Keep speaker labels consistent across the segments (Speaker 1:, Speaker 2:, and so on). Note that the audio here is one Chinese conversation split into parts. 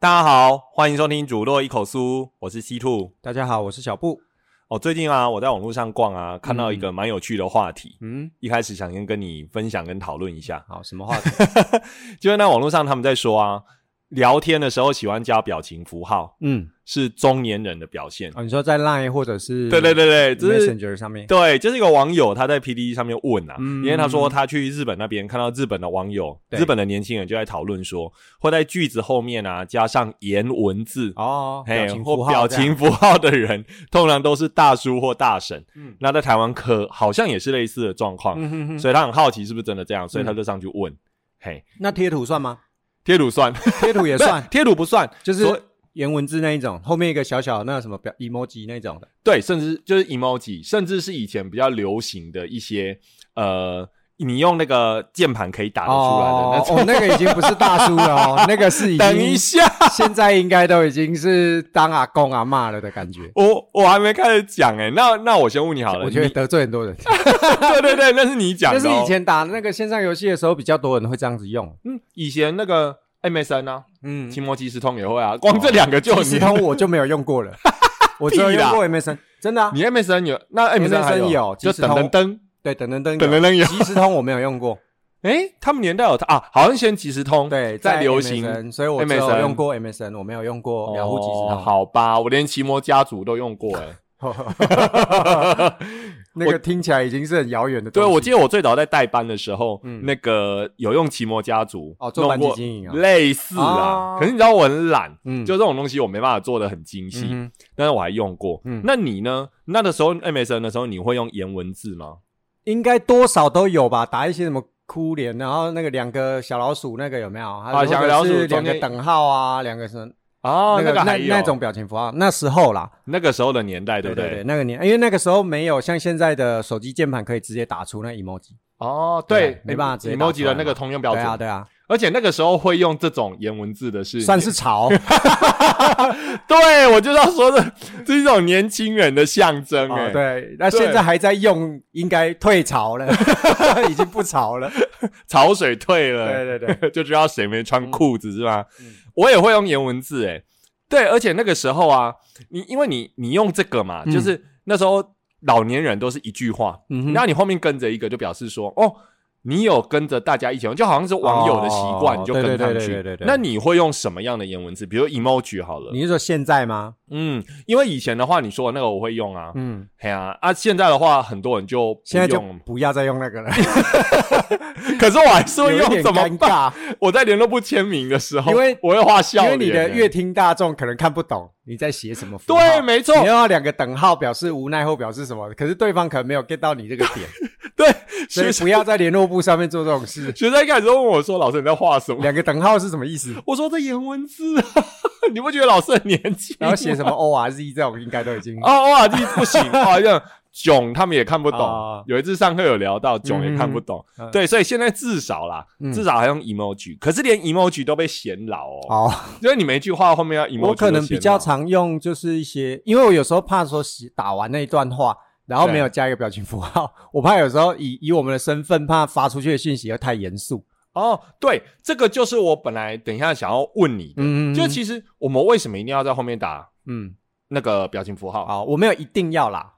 Speaker 1: 大家好，欢迎收听主落一口酥，我是西兔。
Speaker 2: 大家好，我是小布。
Speaker 1: 哦，最近啊，我在网络上逛啊，看到一个蛮有趣的话题，
Speaker 2: 嗯，
Speaker 1: 一开始想先跟你分享跟讨论一下，
Speaker 2: 好，什么话题？
Speaker 1: 就是那网络上他们在说啊，聊天的时候喜欢加表情符号，
Speaker 2: 嗯，
Speaker 1: 是中年人的表现。
Speaker 2: 哦，你说在 Line 或者是
Speaker 1: 对对对对，这是
Speaker 2: Messenger 上面，
Speaker 1: 对，就是一个网友他在 P D 上面问啊，
Speaker 2: 嗯
Speaker 1: 因为他说他去日本那边看到日本的网友，
Speaker 2: 对
Speaker 1: 日本的年轻人就在讨论说，会在句子后面啊加上颜文字。
Speaker 2: 哦，
Speaker 1: 嘿
Speaker 2: 表情符
Speaker 1: 或
Speaker 2: 号
Speaker 1: 表
Speaker 2: 这样
Speaker 1: 情符号的人，通常都是大叔或大婶。
Speaker 2: 嗯
Speaker 1: 那在台湾可好像也是类似的状况，
Speaker 2: 嗯哼哼，
Speaker 1: 所以他很好奇是不是真的这样，所以他就上去问。嘿，
Speaker 2: 那贴图算吗？
Speaker 1: 贴图算
Speaker 2: 贴图也算，
Speaker 1: 贴图不算，
Speaker 2: 就是
Speaker 1: 所以
Speaker 2: 颜文字那一种，后面一个小小的那个什么表 emoji 那种的，
Speaker 1: 对，甚至就是 emoji，甚至是以前比较流行的一些呃，你用那个键盘可以打得出来的那
Speaker 2: 哦
Speaker 1: 种。
Speaker 2: 哦，那个已经不是大叔了 哦，那个是 已
Speaker 1: 等一
Speaker 2: 经
Speaker 1: 下，
Speaker 2: 现在应该都已经是当阿公阿妈了的感觉，
Speaker 1: 我我还没开始讲哎、那那我先问你好了，
Speaker 2: 我觉得
Speaker 1: 你
Speaker 2: 得罪很多人。
Speaker 1: 对对对，那是你讲
Speaker 2: 但
Speaker 1: 的、哦，
Speaker 2: 是以前打那个线上游戏的时候，比较多人会这样子用。
Speaker 1: 嗯以前那个 MSN 啊，
Speaker 2: 嗯，哦
Speaker 1: 奇摩即时通也会啊，光这两个就
Speaker 2: 即
Speaker 1: 很
Speaker 2: 时 通我就没有用过了，我只有用过 MSN，真的、啊。
Speaker 1: 你 MSN 有，那 MSN 还
Speaker 2: MSN 有
Speaker 1: 就
Speaker 2: 即时
Speaker 1: 等
Speaker 2: 通
Speaker 1: 等等
Speaker 2: 对，等等等
Speaker 1: 等等等有
Speaker 2: 有，。即时通我没有 用过，
Speaker 1: 哎，他们年代有它啊，好像先即时通，
Speaker 2: 对，
Speaker 1: 在
Speaker 2: 在
Speaker 1: 流行
Speaker 2: MSN 所以我只
Speaker 1: MSN
Speaker 2: 有用过 MSN，我没有用过雅虎即
Speaker 1: 哦好吧，我连奇摩家族都用过 哎。
Speaker 2: 时通。那个听起来已经是很遥远的东
Speaker 1: 对，
Speaker 2: 西。
Speaker 1: 我记得我最早在代班的时候，
Speaker 2: 嗯
Speaker 1: 那个有用奇摩家族
Speaker 2: 哦做
Speaker 1: 弄
Speaker 2: 班级
Speaker 1: 过
Speaker 2: 经营啊
Speaker 1: 类似啊
Speaker 2: 哦，
Speaker 1: 可是你知道我很懒，
Speaker 2: 嗯
Speaker 1: 就这种东西我没办法做的很精细，
Speaker 2: 嗯哼
Speaker 1: 但是我还用过。
Speaker 2: 嗯
Speaker 1: 那你呢？那的时候 MSN 的时候，你会用颜文字吗？
Speaker 2: 应该多少都有吧，打一些什么哭脸，然后那个两个小老鼠那个有没有？啊
Speaker 1: 小老鼠中
Speaker 2: 两个
Speaker 1: 间
Speaker 2: 等号啊，两个什么
Speaker 1: 啊，
Speaker 2: 那
Speaker 1: 个
Speaker 2: 个
Speaker 1: 还
Speaker 2: 那
Speaker 1: 有
Speaker 2: 那种表情符号，那时候啦，
Speaker 1: 那个时候的年代，对不
Speaker 2: 对？那个年，因为那个时候没有像现在的手机键盘可以直接打出那 emoji，
Speaker 1: 哦，对
Speaker 2: 对，没办法直接打
Speaker 1: emoji
Speaker 2: 出来
Speaker 1: 的
Speaker 2: 嘛
Speaker 1: 那个通用标
Speaker 2: 对
Speaker 1: 准
Speaker 2: 啊，对啊，
Speaker 1: 而且那个时候会用这种颜文字的是
Speaker 2: 算是潮，
Speaker 1: 对，我就要说的，这是一种年轻人的象征哎、
Speaker 2: 哦对。那现在还在用，应该退潮 了，已经不潮了。
Speaker 1: 潮水退了，
Speaker 2: 对对对，
Speaker 1: 就知道谁没穿裤子、是吗？
Speaker 2: 嗯
Speaker 1: 我也会用颜文字诶、对，而且那个时候啊，你因为你你用这个嘛，
Speaker 2: 嗯
Speaker 1: 就是那时候老年人都是一句话，
Speaker 2: 嗯哼
Speaker 1: 那你后面跟着一个，就表示说哦。你有跟着大家一起用，就好像是网友的习惯，
Speaker 2: 哦
Speaker 1: 你就跟上去。
Speaker 2: 对对对对对对
Speaker 1: 那你会用什么样的颜文字？比如 emoji 好了，
Speaker 2: 你是说现在吗？
Speaker 1: 嗯，因为以前的话，你说的那个我会用啊，
Speaker 2: 嗯，
Speaker 1: 嘿啊啊！现在的话，很多人就不
Speaker 2: 现在就
Speaker 1: 用了，
Speaker 2: 不要再用那个了，
Speaker 1: 可是我还是会
Speaker 2: 有一
Speaker 1: 用，
Speaker 2: 点
Speaker 1: 怎么
Speaker 2: 尴
Speaker 1: 办？
Speaker 2: 尬，
Speaker 1: 我在联络部签名的时候，
Speaker 2: 因为
Speaker 1: 我会画笑
Speaker 2: 因为
Speaker 1: 脸，
Speaker 2: 你的乐听大众可能看不懂你在写什么符号。
Speaker 1: 对，没错，
Speaker 2: 你要两个等号表示无奈或表示什么，可是对方可能没有 get 到你这个 点，
Speaker 1: 对。
Speaker 2: 所
Speaker 1: 学
Speaker 2: 以
Speaker 1: 生
Speaker 2: 不要在联络部上面做这种事。
Speaker 1: 学生一开始问我说：“老师你在画什么
Speaker 2: 两个等号是什么意 思？？”
Speaker 1: 我说：“这颜文字啊， 你不觉得老师很年轻？”啊
Speaker 2: 然后写什
Speaker 1: 么？
Speaker 2: 么 O R Z 这种应该都已经
Speaker 1: 哦，哇，这不行，好像囧他们也看不懂
Speaker 2: 哦。
Speaker 1: 有一次上课有聊到囧也看不懂
Speaker 2: 嗯，
Speaker 1: 对，所以现在至少啦，
Speaker 2: 嗯
Speaker 1: 至少还用 emoji，可是连 emoji 都被嫌老哦。
Speaker 2: 哦，
Speaker 1: 就是你每一句话后面要 emoji，
Speaker 2: 我可能
Speaker 1: 都写
Speaker 2: 比较
Speaker 1: 嘛
Speaker 2: 常用就是一些，因为我有时候怕说写打完那一段话，然后没有加一个表情符号， 我怕有时候以以我们的身份，怕发出去的讯息又太严肃。
Speaker 1: 哦。对，这个就是我本来等一下想要问你的，
Speaker 2: 嗯
Speaker 1: 就其实我们为什么一定要在后面打
Speaker 2: 嗯，
Speaker 1: 那个表情符号？
Speaker 2: 好，我没有一定要啦。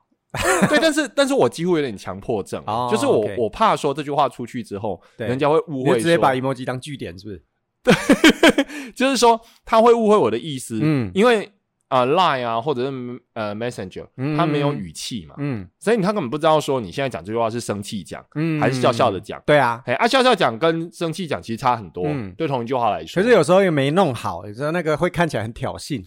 Speaker 1: 对，但是但是我几乎有点强迫症，
Speaker 2: 哦
Speaker 1: 就是我
Speaker 2: OK
Speaker 1: 我怕说这句话出去之后，
Speaker 2: 对
Speaker 1: 人家会误
Speaker 2: 你
Speaker 1: 会
Speaker 2: 就
Speaker 1: 说，
Speaker 2: 直接把 emoji 当据点是不是？
Speaker 1: 就是说他会误会我的意思，
Speaker 2: 嗯
Speaker 1: 因为啊、呃 Line 啊或者是呃 Messenger，
Speaker 2: 嗯
Speaker 1: 他没有语气嘛，
Speaker 2: 嗯
Speaker 1: 所以他根本不知道说你现在讲这句话是生气讲
Speaker 2: 嗯
Speaker 1: 还是笑笑的讲。
Speaker 2: 对啊，
Speaker 1: 哎啊，笑笑讲跟生气讲其实差很多，
Speaker 2: 嗯
Speaker 1: 对同一句话来说。
Speaker 2: 可是有时候也没弄好，你知道那个会看起来很挑衅，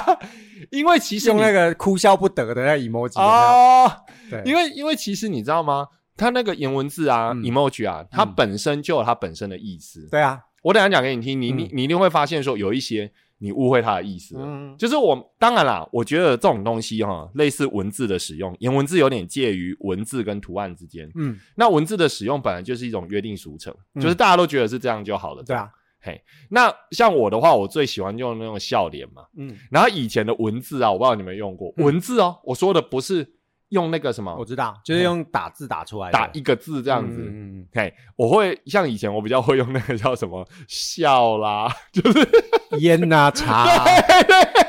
Speaker 1: 因为其实
Speaker 2: 用
Speaker 1: 你
Speaker 2: 那个哭笑不得的那 emoji 有没有。
Speaker 1: 哦，
Speaker 2: 对，
Speaker 1: 因为因为其实你知道吗？它那个颜文字啊、
Speaker 2: 嗯
Speaker 1: e m o j i 啊，它本身就有它本身的意思。
Speaker 2: 对啊，
Speaker 1: 我等一下讲给你听，你你
Speaker 2: 嗯
Speaker 1: 你一定会发现说有一些你误会它的意思了。
Speaker 2: 嗯
Speaker 1: 就是啊我当然啦，我觉得这种东西哈，类似文字的使用，颜文字有点介于文字跟图案之间。
Speaker 2: 嗯，
Speaker 1: 那文字的使用本来就是一种约定俗成，
Speaker 2: 嗯
Speaker 1: 就是大家都觉得是这样就好了。
Speaker 2: 对啊，
Speaker 1: 嘿，那像我的话，我最喜欢用那种笑脸嘛。
Speaker 2: 嗯，
Speaker 1: 然后以前的文字啊，我不知道你们用过文字哦，我说的不是用那个什
Speaker 2: 我
Speaker 1: 么
Speaker 2: 知道，就是用打字打出来的，
Speaker 1: 哦打一个字这样子。
Speaker 2: 嗯嗯嗯
Speaker 1: 嘿，我会像以前我比较会用那个叫什么笑啦，
Speaker 2: 嗯烟呐茶啊，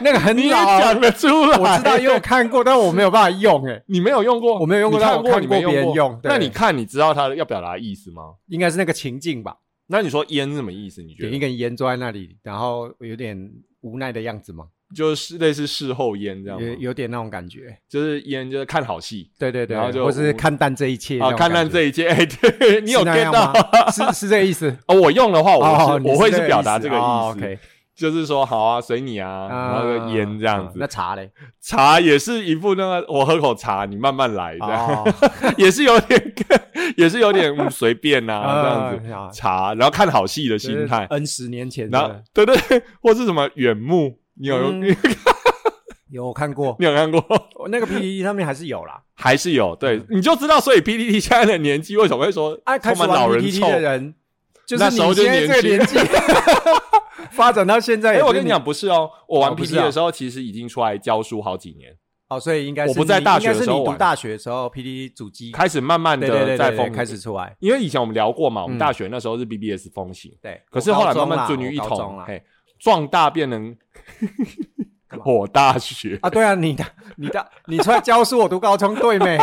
Speaker 2: 那个很
Speaker 1: 你也
Speaker 2: 老啊，
Speaker 1: 讲得出来，
Speaker 2: 我知道，因为我看过，但我没有办法用，哎，
Speaker 1: 你没有用过，
Speaker 2: 我没有用过
Speaker 1: 你
Speaker 2: 但
Speaker 1: 看
Speaker 2: 我看
Speaker 1: 你
Speaker 2: 过
Speaker 1: 没
Speaker 2: 别人
Speaker 1: 过
Speaker 2: 用对
Speaker 1: 那你看，你知道他要表达的意思吗？
Speaker 2: 应该是那个情境吧，
Speaker 1: 那你说烟是什么意思？你觉
Speaker 2: 点一
Speaker 1: 得
Speaker 2: 根烟坐在那里，然后有点无奈的样子嘛，
Speaker 1: 就是类似事后烟这样
Speaker 2: 有
Speaker 1: 吗？
Speaker 2: 有点那种感觉，
Speaker 1: 就是烟就是看好戏
Speaker 2: 对对对，
Speaker 1: 然后就
Speaker 2: 或是
Speaker 1: 无
Speaker 2: 看淡这一切那
Speaker 1: 啊，
Speaker 2: 种
Speaker 1: 看
Speaker 2: 感
Speaker 1: 看
Speaker 2: 觉
Speaker 1: 这一切。哎， 对你有
Speaker 2: 是那
Speaker 1: get
Speaker 2: 样
Speaker 1: 到
Speaker 2: 吗？是是这个意思。
Speaker 1: 哦，我用的话，
Speaker 2: 哦
Speaker 1: 我，是
Speaker 2: 你
Speaker 1: 我会
Speaker 2: 这
Speaker 1: 是表达这个
Speaker 2: 哦
Speaker 1: 意思，
Speaker 2: OK，
Speaker 1: 就是说好啊，随你啊，然后就烟这样
Speaker 2: 啊那
Speaker 1: 子。
Speaker 2: 茶嘞？
Speaker 1: 茶也是一副那个，我喝口茶，你慢慢来，这样
Speaker 2: 哦，
Speaker 1: 也是有点， 也是有点嗯随便 呐，这样子。
Speaker 2: 子
Speaker 1: 茶，然后看好戏的心态，
Speaker 2: 啊 N 十年前
Speaker 1: 然后
Speaker 2: 的
Speaker 1: 对对，对或是什么远目，你 有用、
Speaker 2: 嗯 有看过，
Speaker 1: 你有看过？
Speaker 2: 我那个 PPT 上面还是有啦。
Speaker 1: 还是有对，你就知道，所以 PPT 现在的年纪为什么会说
Speaker 2: 啊，开
Speaker 1: 充
Speaker 2: 始
Speaker 1: 满
Speaker 2: 玩
Speaker 1: 老人
Speaker 2: PPT
Speaker 1: 臭？
Speaker 2: 的人，就是
Speaker 1: 那时候
Speaker 2: 你
Speaker 1: 就
Speaker 2: 现在这个年
Speaker 1: 年
Speaker 2: 纪，发展到现在也
Speaker 1: 哎、
Speaker 2: 是，
Speaker 1: 我跟你讲，不是哦，我玩
Speaker 2: 哦不
Speaker 1: PPT
Speaker 2: 是啊
Speaker 1: 的时候，其实已经出来教书好几年，
Speaker 2: 哦，所以应该是
Speaker 1: 我不在
Speaker 2: 你
Speaker 1: 大学的
Speaker 2: 应该是
Speaker 1: 时候
Speaker 2: 你读
Speaker 1: 玩
Speaker 2: 大学的时候 PPT 主机
Speaker 1: 开始慢慢
Speaker 2: 对对
Speaker 1: 的
Speaker 2: 对
Speaker 1: 在
Speaker 2: 对
Speaker 1: 风
Speaker 2: 对开始。出来，
Speaker 1: 因为以前我们聊过嘛，我
Speaker 2: 嗯
Speaker 1: 们大学那时候是 BBS 风行，
Speaker 2: 对，
Speaker 1: 可是后来慢慢
Speaker 2: 我高
Speaker 1: 遵
Speaker 2: 中啦
Speaker 1: 于一
Speaker 2: 我高中
Speaker 1: 统，
Speaker 2: 啦
Speaker 1: 嘿，壮大变成
Speaker 2: 干嘛
Speaker 1: 我大学，
Speaker 2: 啊，对啊，你的你的你出来教书，我读高中，对没？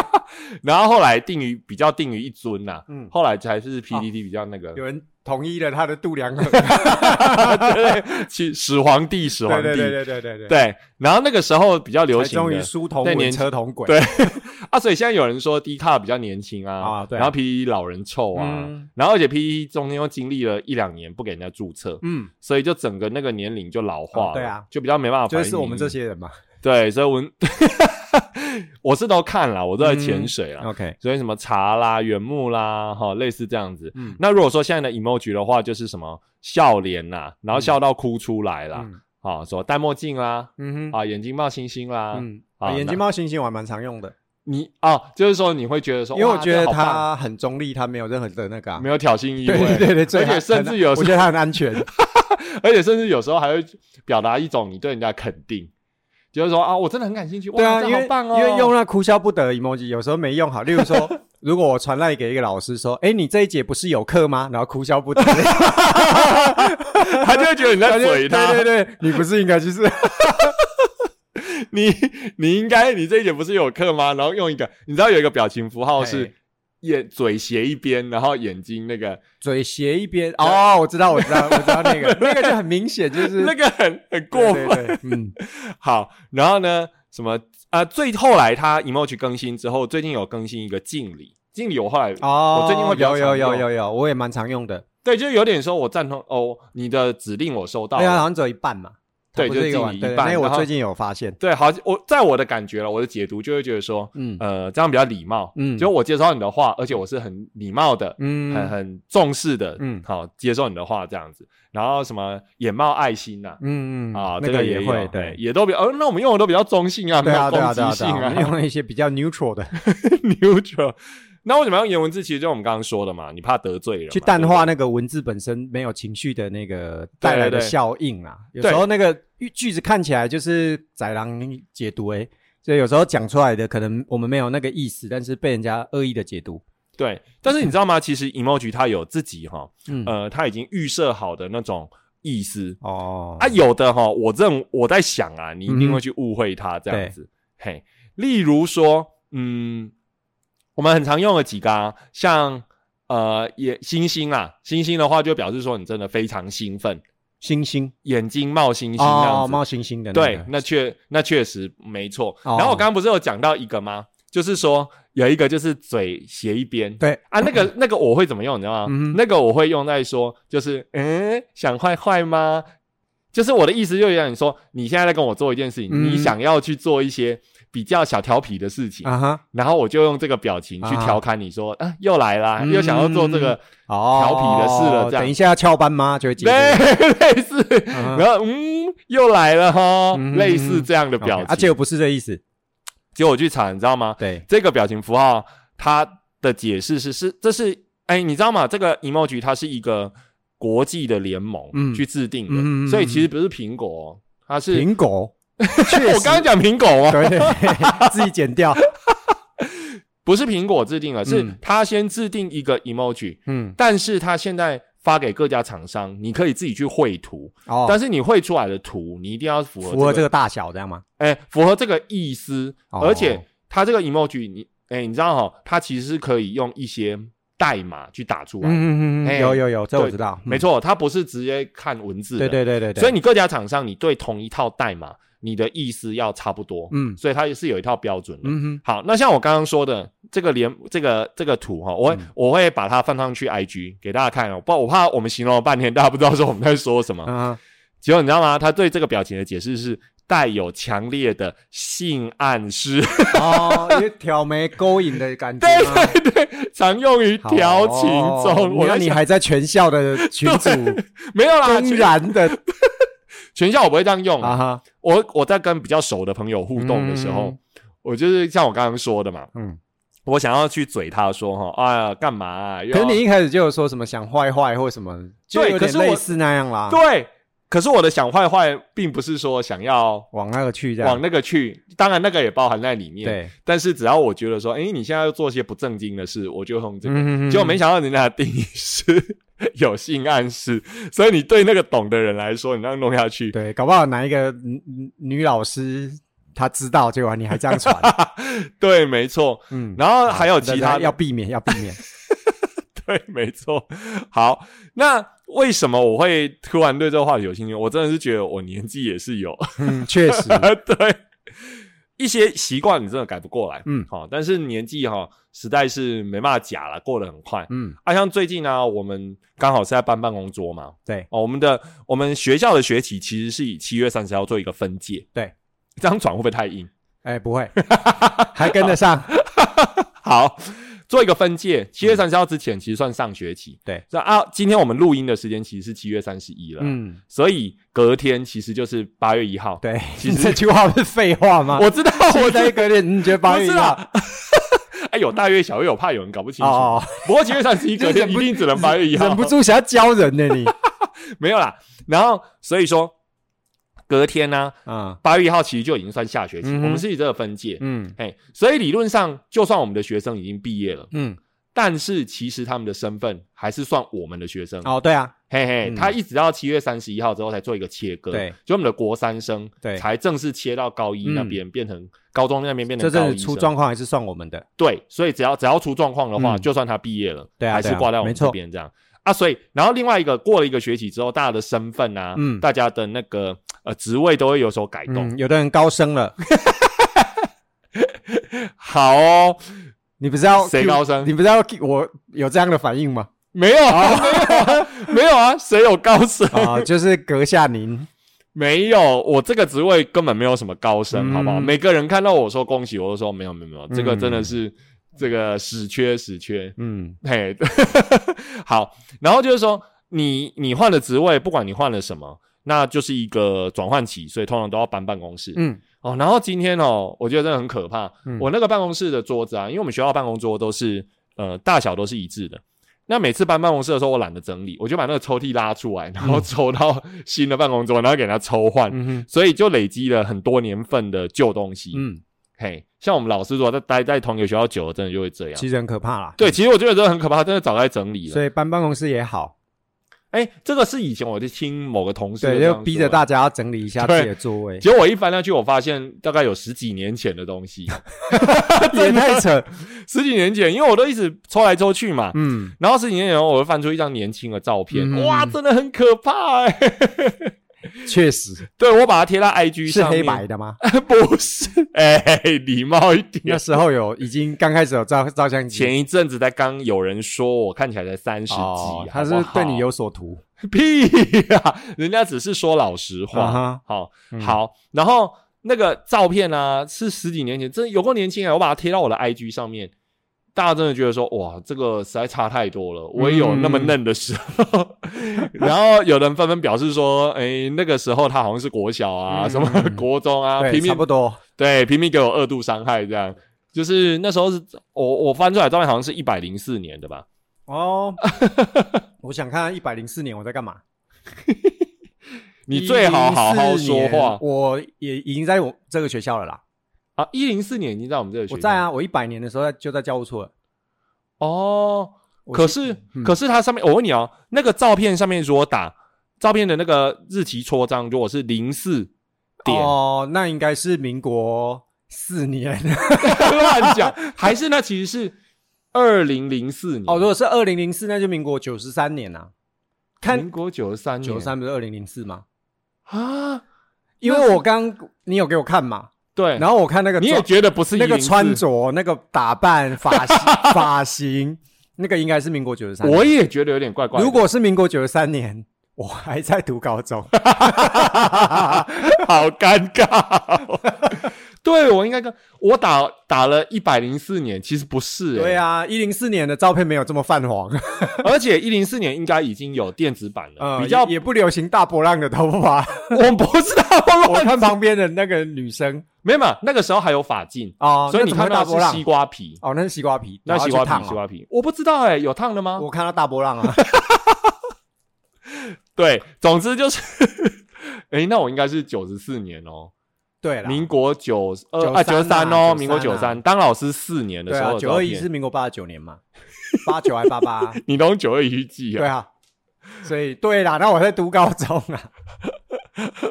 Speaker 1: 然后后来定于比较定于一尊呐、
Speaker 2: 嗯
Speaker 1: 后来才是 PPT 比较那个，
Speaker 2: 有人统一了他的度量衡，
Speaker 1: 对，其始皇帝，始皇
Speaker 2: 对
Speaker 1: 帝，
Speaker 2: 对对对对对对，
Speaker 1: 对然后那个时候比较流
Speaker 2: 才
Speaker 1: 行
Speaker 2: 终于
Speaker 1: 的
Speaker 2: 书同
Speaker 1: 对
Speaker 2: 文
Speaker 1: 年
Speaker 2: 车同轨，
Speaker 1: 对 啊，所以现在有人说 D 卡比较年轻啊，
Speaker 2: 啊对啊
Speaker 1: 然后 PPT 老人臭啊，
Speaker 2: 嗯
Speaker 1: 然后而且 PPT 中间又经历了一两年不给人家注册，
Speaker 2: 嗯，
Speaker 1: 所以就整个那个年龄就老化了，
Speaker 2: 啊对啊
Speaker 1: 就比较没办法反
Speaker 2: 就
Speaker 1: 映。
Speaker 2: 是我们这些人嘛。
Speaker 1: 对，所以我们 我是都看了，我都在潜水啊。
Speaker 2: OK，
Speaker 1: 所以什么茶啦、原木啦，哈，类似这样子。
Speaker 2: 嗯
Speaker 1: 那如果说现在的 emoji 的话，就是什么笑脸呐、然后笑到哭出来啦，
Speaker 2: 嗯
Speaker 1: 啊，什么戴墨镜啦，
Speaker 2: 嗯哼，
Speaker 1: 啊，眼睛冒星星啦，
Speaker 2: 嗯，
Speaker 1: 啊
Speaker 2: 啊眼睛
Speaker 1: 那
Speaker 2: 猫星星我还蛮常用的，
Speaker 1: 你啊，就是说你会觉得说，
Speaker 2: 因为我
Speaker 1: 哇
Speaker 2: 觉得
Speaker 1: 这好棒
Speaker 2: 它很中立，它没有任何的那个啊
Speaker 1: 没有挑衅意味，
Speaker 2: 对对对对，最
Speaker 1: 而且
Speaker 2: 好
Speaker 1: 甚至有
Speaker 2: 我
Speaker 1: 时
Speaker 2: 觉得它很安 全。
Speaker 1: 候， 而且甚至有时候还会表达一种你对人家的肯定，就是说啊，我真的很感兴趣，哇
Speaker 2: 对啊，
Speaker 1: 这
Speaker 2: 因为
Speaker 1: 好棒哦，
Speaker 2: 因为用那哭笑不得的 emoji 有时候没用好，例如说，如果我传赖给一个老师说，哎，你这一节不是有课吗？然后哭笑 不得，
Speaker 1: 他就会觉得你在
Speaker 2: 感觉
Speaker 1: 怼他，
Speaker 2: 对对对，你不是应该就是
Speaker 1: 你你应该你这一节不是有课吗？然后用一个，你知道有一个表情符号
Speaker 2: 嘿
Speaker 1: 是眼嘴斜一边，然后眼睛那个
Speaker 2: 嘴斜一边？哦，我知道，我知道，我知道那 个那个就很明显，就是
Speaker 1: 那个很很过分。
Speaker 2: 对对对嗯，
Speaker 1: 好，然后呢，什么啊？最后来他 emoji 更新之后，最近有更新一个敬礼，敬礼我后来
Speaker 2: 哦，
Speaker 1: 我最近会比较
Speaker 2: 有有
Speaker 1: 常
Speaker 2: 有
Speaker 1: 用
Speaker 2: 有有，我也蛮常用的。
Speaker 1: 对，就有点说我赞同哦，你的指令我收到
Speaker 2: 对啊，好
Speaker 1: 了。
Speaker 2: 像只有一半嘛，
Speaker 1: 哦对
Speaker 2: 它不是
Speaker 1: 就
Speaker 2: 一个
Speaker 1: 进
Speaker 2: 完
Speaker 1: 一
Speaker 2: 对，
Speaker 1: 半
Speaker 2: 那个我
Speaker 1: 然后
Speaker 2: 最近有发现，
Speaker 1: 对，好，我在我的感觉了，我的解读就会觉得说，
Speaker 2: 嗯
Speaker 1: 呃，这样比较礼貌。
Speaker 2: 嗯
Speaker 1: 就哎我接收到你的话，而且我是很礼貌的，很
Speaker 2: 嗯
Speaker 1: 很重视的，
Speaker 2: 嗯
Speaker 1: 好接受你的话这样子。然后什么眼冒爱心呐、
Speaker 2: 嗯嗯
Speaker 1: 啊，
Speaker 2: 那
Speaker 1: 这个
Speaker 2: 也
Speaker 1: 有
Speaker 2: 会
Speaker 1: 对，
Speaker 2: 对。
Speaker 1: 也都比哦，那我们用的都比较中性啊，
Speaker 2: 对啊，
Speaker 1: 没
Speaker 2: 对
Speaker 1: 有攻
Speaker 2: 啊，对啊，
Speaker 1: 击
Speaker 2: 对
Speaker 1: 性
Speaker 2: 啊，我们
Speaker 1: 啊
Speaker 2: 用了一些比较 neutral 的，
Speaker 1: ，neutral。那为什么要用文字？其实就我们刚刚说的嘛，你怕得罪人嘛，
Speaker 2: 去淡化
Speaker 1: 对
Speaker 2: 那个文字本身没有情绪的那个
Speaker 1: 对
Speaker 2: 带来的
Speaker 1: 对
Speaker 2: 效应啊。有
Speaker 1: 对
Speaker 2: 时候那个句句子看起来就是宰狼解读诶，所以有时候讲出来的可能我们没有那个意思，但是被人家恶意的解读。
Speaker 1: 不对。对但是你知道吗？其实 emoji 它有自己哈，
Speaker 2: 嗯，
Speaker 1: 呃，它已经预设好的那种意思
Speaker 2: 哦，
Speaker 1: 啊。有的哈，我认我在想啊，你一
Speaker 2: 嗯
Speaker 1: 定
Speaker 2: 哼
Speaker 1: 会去误会它这
Speaker 2: 嗯
Speaker 1: 样子。嘿，例如说，嗯，我们很常用的几个、啊，像呃，也星星啊，星星的话就表示说你真的非常兴奋，
Speaker 2: 星星，
Speaker 1: 眼睛冒星星这
Speaker 2: 哦
Speaker 1: 样，子。
Speaker 2: 冒星星的，
Speaker 1: 对，，那确那确实没错。
Speaker 2: 哦
Speaker 1: 然后我刚刚不是有讲到一个吗？就是说有一个就是嘴斜一边，
Speaker 2: 对
Speaker 1: 啊，那个那个我会怎么用，你知道吗？
Speaker 2: 嗯哼
Speaker 1: 那个我会用在说，就是嗯，想坏坏吗？就是我的意思，就有点说，你现在在跟我做一件事情，
Speaker 2: 嗯
Speaker 1: 你想要去做一些比较小调皮的事情，
Speaker 2: 啊哈，
Speaker 1: 然后我就用这个表情去
Speaker 2: 啊
Speaker 1: 调侃你说，啊，又来啦，
Speaker 2: 嗯
Speaker 1: 又想要做这个，
Speaker 2: 哦，
Speaker 1: 调皮的事了这样
Speaker 2: 等一下要翘班吗？就会 解
Speaker 1: 对，
Speaker 2: 读。
Speaker 1: 类似，
Speaker 2: 嗯
Speaker 1: 然后嗯，又来了哈，
Speaker 2: 嗯
Speaker 1: 类似这样的表
Speaker 2: OK，
Speaker 1: 情。
Speaker 2: 啊，结果不是这意思，
Speaker 1: 结果我去查，你知道吗？
Speaker 2: 对，
Speaker 1: 这个表情符号它的解释是是这是哎，你知道吗？这个 emoji 它是一个国际的联盟
Speaker 2: 嗯
Speaker 1: 去制定的，
Speaker 2: 嗯嗯嗯
Speaker 1: 所以其实不是苹果、哦，它是
Speaker 2: 苹果，
Speaker 1: 我刚刚讲苹果啊，
Speaker 2: 对， 自己 剪掉，
Speaker 1: 不是苹果制定了，是
Speaker 2: 嗯
Speaker 1: 它先制定一个 emoji，、
Speaker 2: 嗯，
Speaker 1: 但是它现在发给各家厂商，你可以自己去绘图，
Speaker 2: 哦，
Speaker 1: 但是你绘出来的图，你一定要符合、这个、
Speaker 2: 符合这个大小这样吗？
Speaker 1: 哎、符合这个意思，
Speaker 2: 哦
Speaker 1: 而且它这个 emoji，你哎、你知道哈、它其实是可以用一些代码去打出来，
Speaker 2: 嗯嗯嗯
Speaker 1: 哎
Speaker 2: 嗯，有有有，这我
Speaker 1: 对
Speaker 2: 知道，
Speaker 1: 没
Speaker 2: 嗯，
Speaker 1: 错，它不是直接看文字的，
Speaker 2: 对对对对对，
Speaker 1: 所以你各家厂商，你对同一套代码，你的意思要差不多，
Speaker 2: 嗯
Speaker 1: 所以它也是有一套标准的。
Speaker 2: 嗯哼，
Speaker 1: 好，那像我刚刚说的这个连这个这个图哈，我会、
Speaker 2: 嗯
Speaker 1: 我会把它放上去 IG 给大家看哦，不，我怕我们形容了半天，大家不知道说我们在说什么。
Speaker 2: 嗯
Speaker 1: 结果你知道吗？他对这个表情的解释是带有强烈的性暗 示，
Speaker 2: 哼，哦，有挑眉勾引的感觉吗，
Speaker 1: 对对对，常用于
Speaker 2: 好
Speaker 1: 调情中。我
Speaker 2: 那
Speaker 1: 在
Speaker 2: 你
Speaker 1: 想
Speaker 2: 还在全校的群主
Speaker 1: 没有啦，
Speaker 2: 公
Speaker 1: 全
Speaker 2: 然的
Speaker 1: 全校我不会这样用
Speaker 2: 啊哈，
Speaker 1: 我我在跟比较熟的朋友互动的时候，
Speaker 2: 嗯
Speaker 1: 我就是像我刚刚说的嘛，
Speaker 2: 嗯，
Speaker 1: 我想要去嘴他说哈，哎呀，干嘛、啊？又
Speaker 2: 可
Speaker 1: 要
Speaker 2: 是你一开始就有说什么想坏坏或什么，就
Speaker 1: 对
Speaker 2: 有
Speaker 1: 可
Speaker 2: 点
Speaker 1: 是我
Speaker 2: 类似那样啦，
Speaker 1: 对，可是我的想坏坏，并不是说想要
Speaker 2: 往那个去这样
Speaker 1: 往，那个去，当然那个也包含在里面。，
Speaker 2: 对，
Speaker 1: 但是只要我觉得说，哎，你现在要做些不正经的事，我就用这个。
Speaker 2: 嗯
Speaker 1: 结果没想到人家的定义是有性暗示，所以你对那个懂的人来说，你这样弄下去，
Speaker 2: 对，搞不好哪一个女女老师她知道，结果你还这 样传，
Speaker 1: 对，没错。
Speaker 2: 嗯，
Speaker 1: 然后还有
Speaker 2: 大
Speaker 1: 其
Speaker 2: 家
Speaker 1: 他的
Speaker 2: 要避免，要避免，
Speaker 1: 对，没错。好，那为什么我会突然对这个话题有兴趣？我真的是觉得我年纪也是有，
Speaker 2: 嗯，确实，
Speaker 1: 对一些习惯你真的改不过来，
Speaker 2: 嗯
Speaker 1: 好、但是年纪哈、实在是没办法假了，过得很快。
Speaker 2: 嗯，
Speaker 1: 啊，像最近呢、我们刚好是在搬办公桌嘛，
Speaker 2: 对，
Speaker 1: 哦，我们的我们学校的学期其实是以七月三十号做一个分界，
Speaker 2: 对，
Speaker 1: 这样转会不会太硬？
Speaker 2: 哎，不会，还跟得上，
Speaker 1: 好，做一个分界，七月三十号之前其实算上学期，
Speaker 2: 嗯对，
Speaker 1: 所以啊，今天我们录音的时间其实是七月三十一了，
Speaker 2: 嗯，
Speaker 1: 所以隔天其实就是八月一号。，
Speaker 2: 对， 啊
Speaker 1: 其
Speaker 2: 你
Speaker 1: 实
Speaker 2: 这句话不是废话吗？
Speaker 1: 我知道，我
Speaker 2: 现
Speaker 1: 在
Speaker 2: 在隔天，你觉得八月一
Speaker 1: 不是
Speaker 2: 号
Speaker 1: 啊？哎，有大月小月，我怕有人搞不清楚。
Speaker 2: 哦，哦
Speaker 1: 不过七月三十一隔天一定只能八月一号，
Speaker 2: 忍不住想要教人呢，你，
Speaker 1: 没有啦。然后所以说隔天呢、
Speaker 2: 啊，
Speaker 1: 八月一号其实就已经算下学期，
Speaker 2: 嗯哼
Speaker 1: 我们是以这个分界。
Speaker 2: 嗯
Speaker 1: 嘿，所以理论上，就算我们的学生已经毕业了，
Speaker 2: 嗯，
Speaker 1: 但是其实他们的身份还是算我们的学生。
Speaker 2: 哦，对啊，
Speaker 1: 嘿嘿，
Speaker 2: 嗯
Speaker 1: 他一直到七月三十一号之后才做一个切割，
Speaker 2: 对，
Speaker 1: 就我们的国三生
Speaker 2: 对嗯
Speaker 1: 才正式切到高一那边，变成高中那边变
Speaker 2: 这
Speaker 1: 成高
Speaker 2: 阵
Speaker 1: 一
Speaker 2: 子出
Speaker 1: 生
Speaker 2: 状况还是算我们的，
Speaker 1: 对，所以只要只要出状况的话，
Speaker 2: 嗯
Speaker 1: 就算他毕业了，
Speaker 2: 对啊
Speaker 1: 还是
Speaker 2: 对啊
Speaker 1: 挂在我们
Speaker 2: 没错
Speaker 1: 这边这样啊。所以，然后另外一个过了一个学期之后，大家的身份啊，
Speaker 2: 嗯
Speaker 1: 大家的那个呃职位都会有所改动。
Speaker 2: 嗯，有的人高升了，嗯
Speaker 1: 好哦，
Speaker 2: 你不是要
Speaker 1: 谁
Speaker 2: cue-
Speaker 1: 高升
Speaker 2: 你不是要 cue- 我有这样的反应吗？
Speaker 1: 没有啊， 没有啊，谁有高升？
Speaker 2: 啊，就是阁下您，
Speaker 1: 没有，我这个职位根本没有什么高升，
Speaker 2: 嗯
Speaker 1: 好不好？每个人看到我说恭喜，我都说没有没有没有，这个
Speaker 2: 嗯
Speaker 1: 真的是、这个死缺死缺。
Speaker 2: 嗯
Speaker 1: 嘿，好，然后就是说，你你换了职位，不管你换了什么，那就是一个转换期，所以通常都要搬办公室。
Speaker 2: 嗯
Speaker 1: 哦，然后今天哦，我觉得真的很可怕。
Speaker 2: 嗯
Speaker 1: 我那个办公室的桌子啊，因为我们学校办公桌都是呃大小都是一致的。那每次搬办公室的时候，我懒得整理，我就把那个抽屉拉出来，然后抽到新的办公桌，然后给它抽换，
Speaker 2: 嗯哼
Speaker 1: 所以就累积了很多年份的旧东西。
Speaker 2: 嗯，
Speaker 1: 嘿，像我们老师如果在待在同一个学校久了，真的就会这样。
Speaker 2: 其实很可怕啦。
Speaker 1: 对，其实我觉得这很可怕，真的早该整理了。
Speaker 2: 嗯所以搬办公室也好，
Speaker 1: 哎，这个是以前我就听某个同事
Speaker 2: 对，
Speaker 1: 这样
Speaker 2: 就
Speaker 1: 说
Speaker 2: 逼着大家要整理一下
Speaker 1: 对
Speaker 2: 自己的座 位，
Speaker 1: 结果我一翻下去，我发现大概有十几年前的东 西，
Speaker 2: 也太扯。
Speaker 1: 十几年前，因为我都一直抽来抽去嘛。
Speaker 2: 嗯，
Speaker 1: 然后十几年前，我会翻出一张年轻的照片，
Speaker 2: 嗯
Speaker 1: 哇，真的很可怕哎、
Speaker 2: 确实
Speaker 1: 对我把它贴在 IG
Speaker 2: 是
Speaker 1: 上面，
Speaker 2: 黑白的吗？
Speaker 1: 不是，哎、礼貌一
Speaker 2: 那
Speaker 1: 点。
Speaker 2: 时候有已经刚开始有照照相机，
Speaker 1: 前一阵子才刚有人说我看起来才三十几，
Speaker 2: 哦，
Speaker 1: 好
Speaker 2: 他
Speaker 1: 不
Speaker 2: 是
Speaker 1: 好
Speaker 2: 对你有所图。
Speaker 1: 屁呀、人家只是说老实话。
Speaker 2: 啊哈
Speaker 1: 好、
Speaker 2: 嗯
Speaker 1: 好，然后那个照片呢、是十几年前，真的有够年轻啊！我把它贴到我的 IG 上面，大家真的觉得说，哇，这个实在差太多了。我也有那么
Speaker 2: 嗯
Speaker 1: 嫩的时候， 然后有人纷纷表示说，哎，那个时候他好像是国小啊，
Speaker 2: 嗯
Speaker 1: 什么 国中啊，
Speaker 2: 对，
Speaker 1: 拼
Speaker 2: 差
Speaker 1: 命
Speaker 2: 不多。
Speaker 1: 对拼命给我二度伤害这样。就是那时候是我我翻出来照片好像是一百零四年的吧，
Speaker 2: 哦，我想看看一百零四年我在干嘛。
Speaker 1: 你最好好好说话
Speaker 2: 104年我也已经在我这个学校了啦。
Speaker 1: 啊！一零四年已经在我们这个学校，
Speaker 2: 我在啊，我一百年的时候在就在教务处了。
Speaker 1: 哦，
Speaker 2: 我
Speaker 1: 可是、
Speaker 2: 嗯
Speaker 1: 可是它上面，我问你哦，那个照片上面如果打照片的那个日期戳章，如果是零四 点，
Speaker 2: 哦，那应该是民国四年。
Speaker 1: 乱讲，还是那其实是二零零四年
Speaker 2: 哦，如果是二零零四，那就民国九十三年
Speaker 1: 嗯
Speaker 2: 啊。看
Speaker 1: 民国九十三年
Speaker 2: 九三不是二零零四吗？
Speaker 1: 啊，
Speaker 2: 因为我刚你有给我看嘛，
Speaker 1: 对，
Speaker 2: 然后我看那个
Speaker 1: 你也
Speaker 2: 装
Speaker 1: 觉得不是
Speaker 2: 那个
Speaker 1: 104
Speaker 2: 穿，着、那个打扮、发型、发型，那个应该是民国九十三。
Speaker 1: 我也觉得有点怪怪的。
Speaker 2: 如果是民国九十三年，我还在读高中。
Speaker 1: 好尴尬哦、 对我应该跟我打打了一百零四年，其实不是、欸，
Speaker 2: 对啊，一零四年的照片没有这么泛黄，
Speaker 1: 而且一零四年应该已经有电子版了，
Speaker 2: 呃，
Speaker 1: 比较
Speaker 2: 也也不流行大波浪的头 发。
Speaker 1: 我不知道
Speaker 2: 我
Speaker 1: 乱，
Speaker 2: 看旁边的那个女生
Speaker 1: 没有嘛？那个时候还有发镜，
Speaker 2: 哦，
Speaker 1: 所以
Speaker 2: 那
Speaker 1: 你
Speaker 2: 怎么
Speaker 1: 看
Speaker 2: 会
Speaker 1: 到
Speaker 2: 大
Speaker 1: 的
Speaker 2: 波
Speaker 1: 是
Speaker 2: 浪
Speaker 1: 西？瓜皮，
Speaker 2: 哦，那是西瓜皮，
Speaker 1: 那
Speaker 2: 然后
Speaker 1: 西
Speaker 2: 去
Speaker 1: 瓜
Speaker 2: 烫
Speaker 1: 皮，
Speaker 2: 哦
Speaker 1: 西瓜皮，我不知道哎、有烫的吗？
Speaker 2: 我看到大波浪啊，
Speaker 1: 对，总之就是， 哎、那我应该是九十四年哦，
Speaker 2: 对啦，
Speaker 1: 民国九二啊九
Speaker 2: 93
Speaker 1: 三
Speaker 2: 啊
Speaker 1: 哦，
Speaker 2: 93
Speaker 1: 民国九三、当老师四年的
Speaker 2: 对
Speaker 1: 时候
Speaker 2: 啊，
Speaker 1: 的
Speaker 2: 九
Speaker 1: 照
Speaker 2: 二一
Speaker 1: 片，
Speaker 2: 是民国八十九年嘛，八九还八八，
Speaker 1: 你都用九二一去记
Speaker 2: 对
Speaker 1: 啊？
Speaker 2: 啊，所以对啦，那我在读高中啊，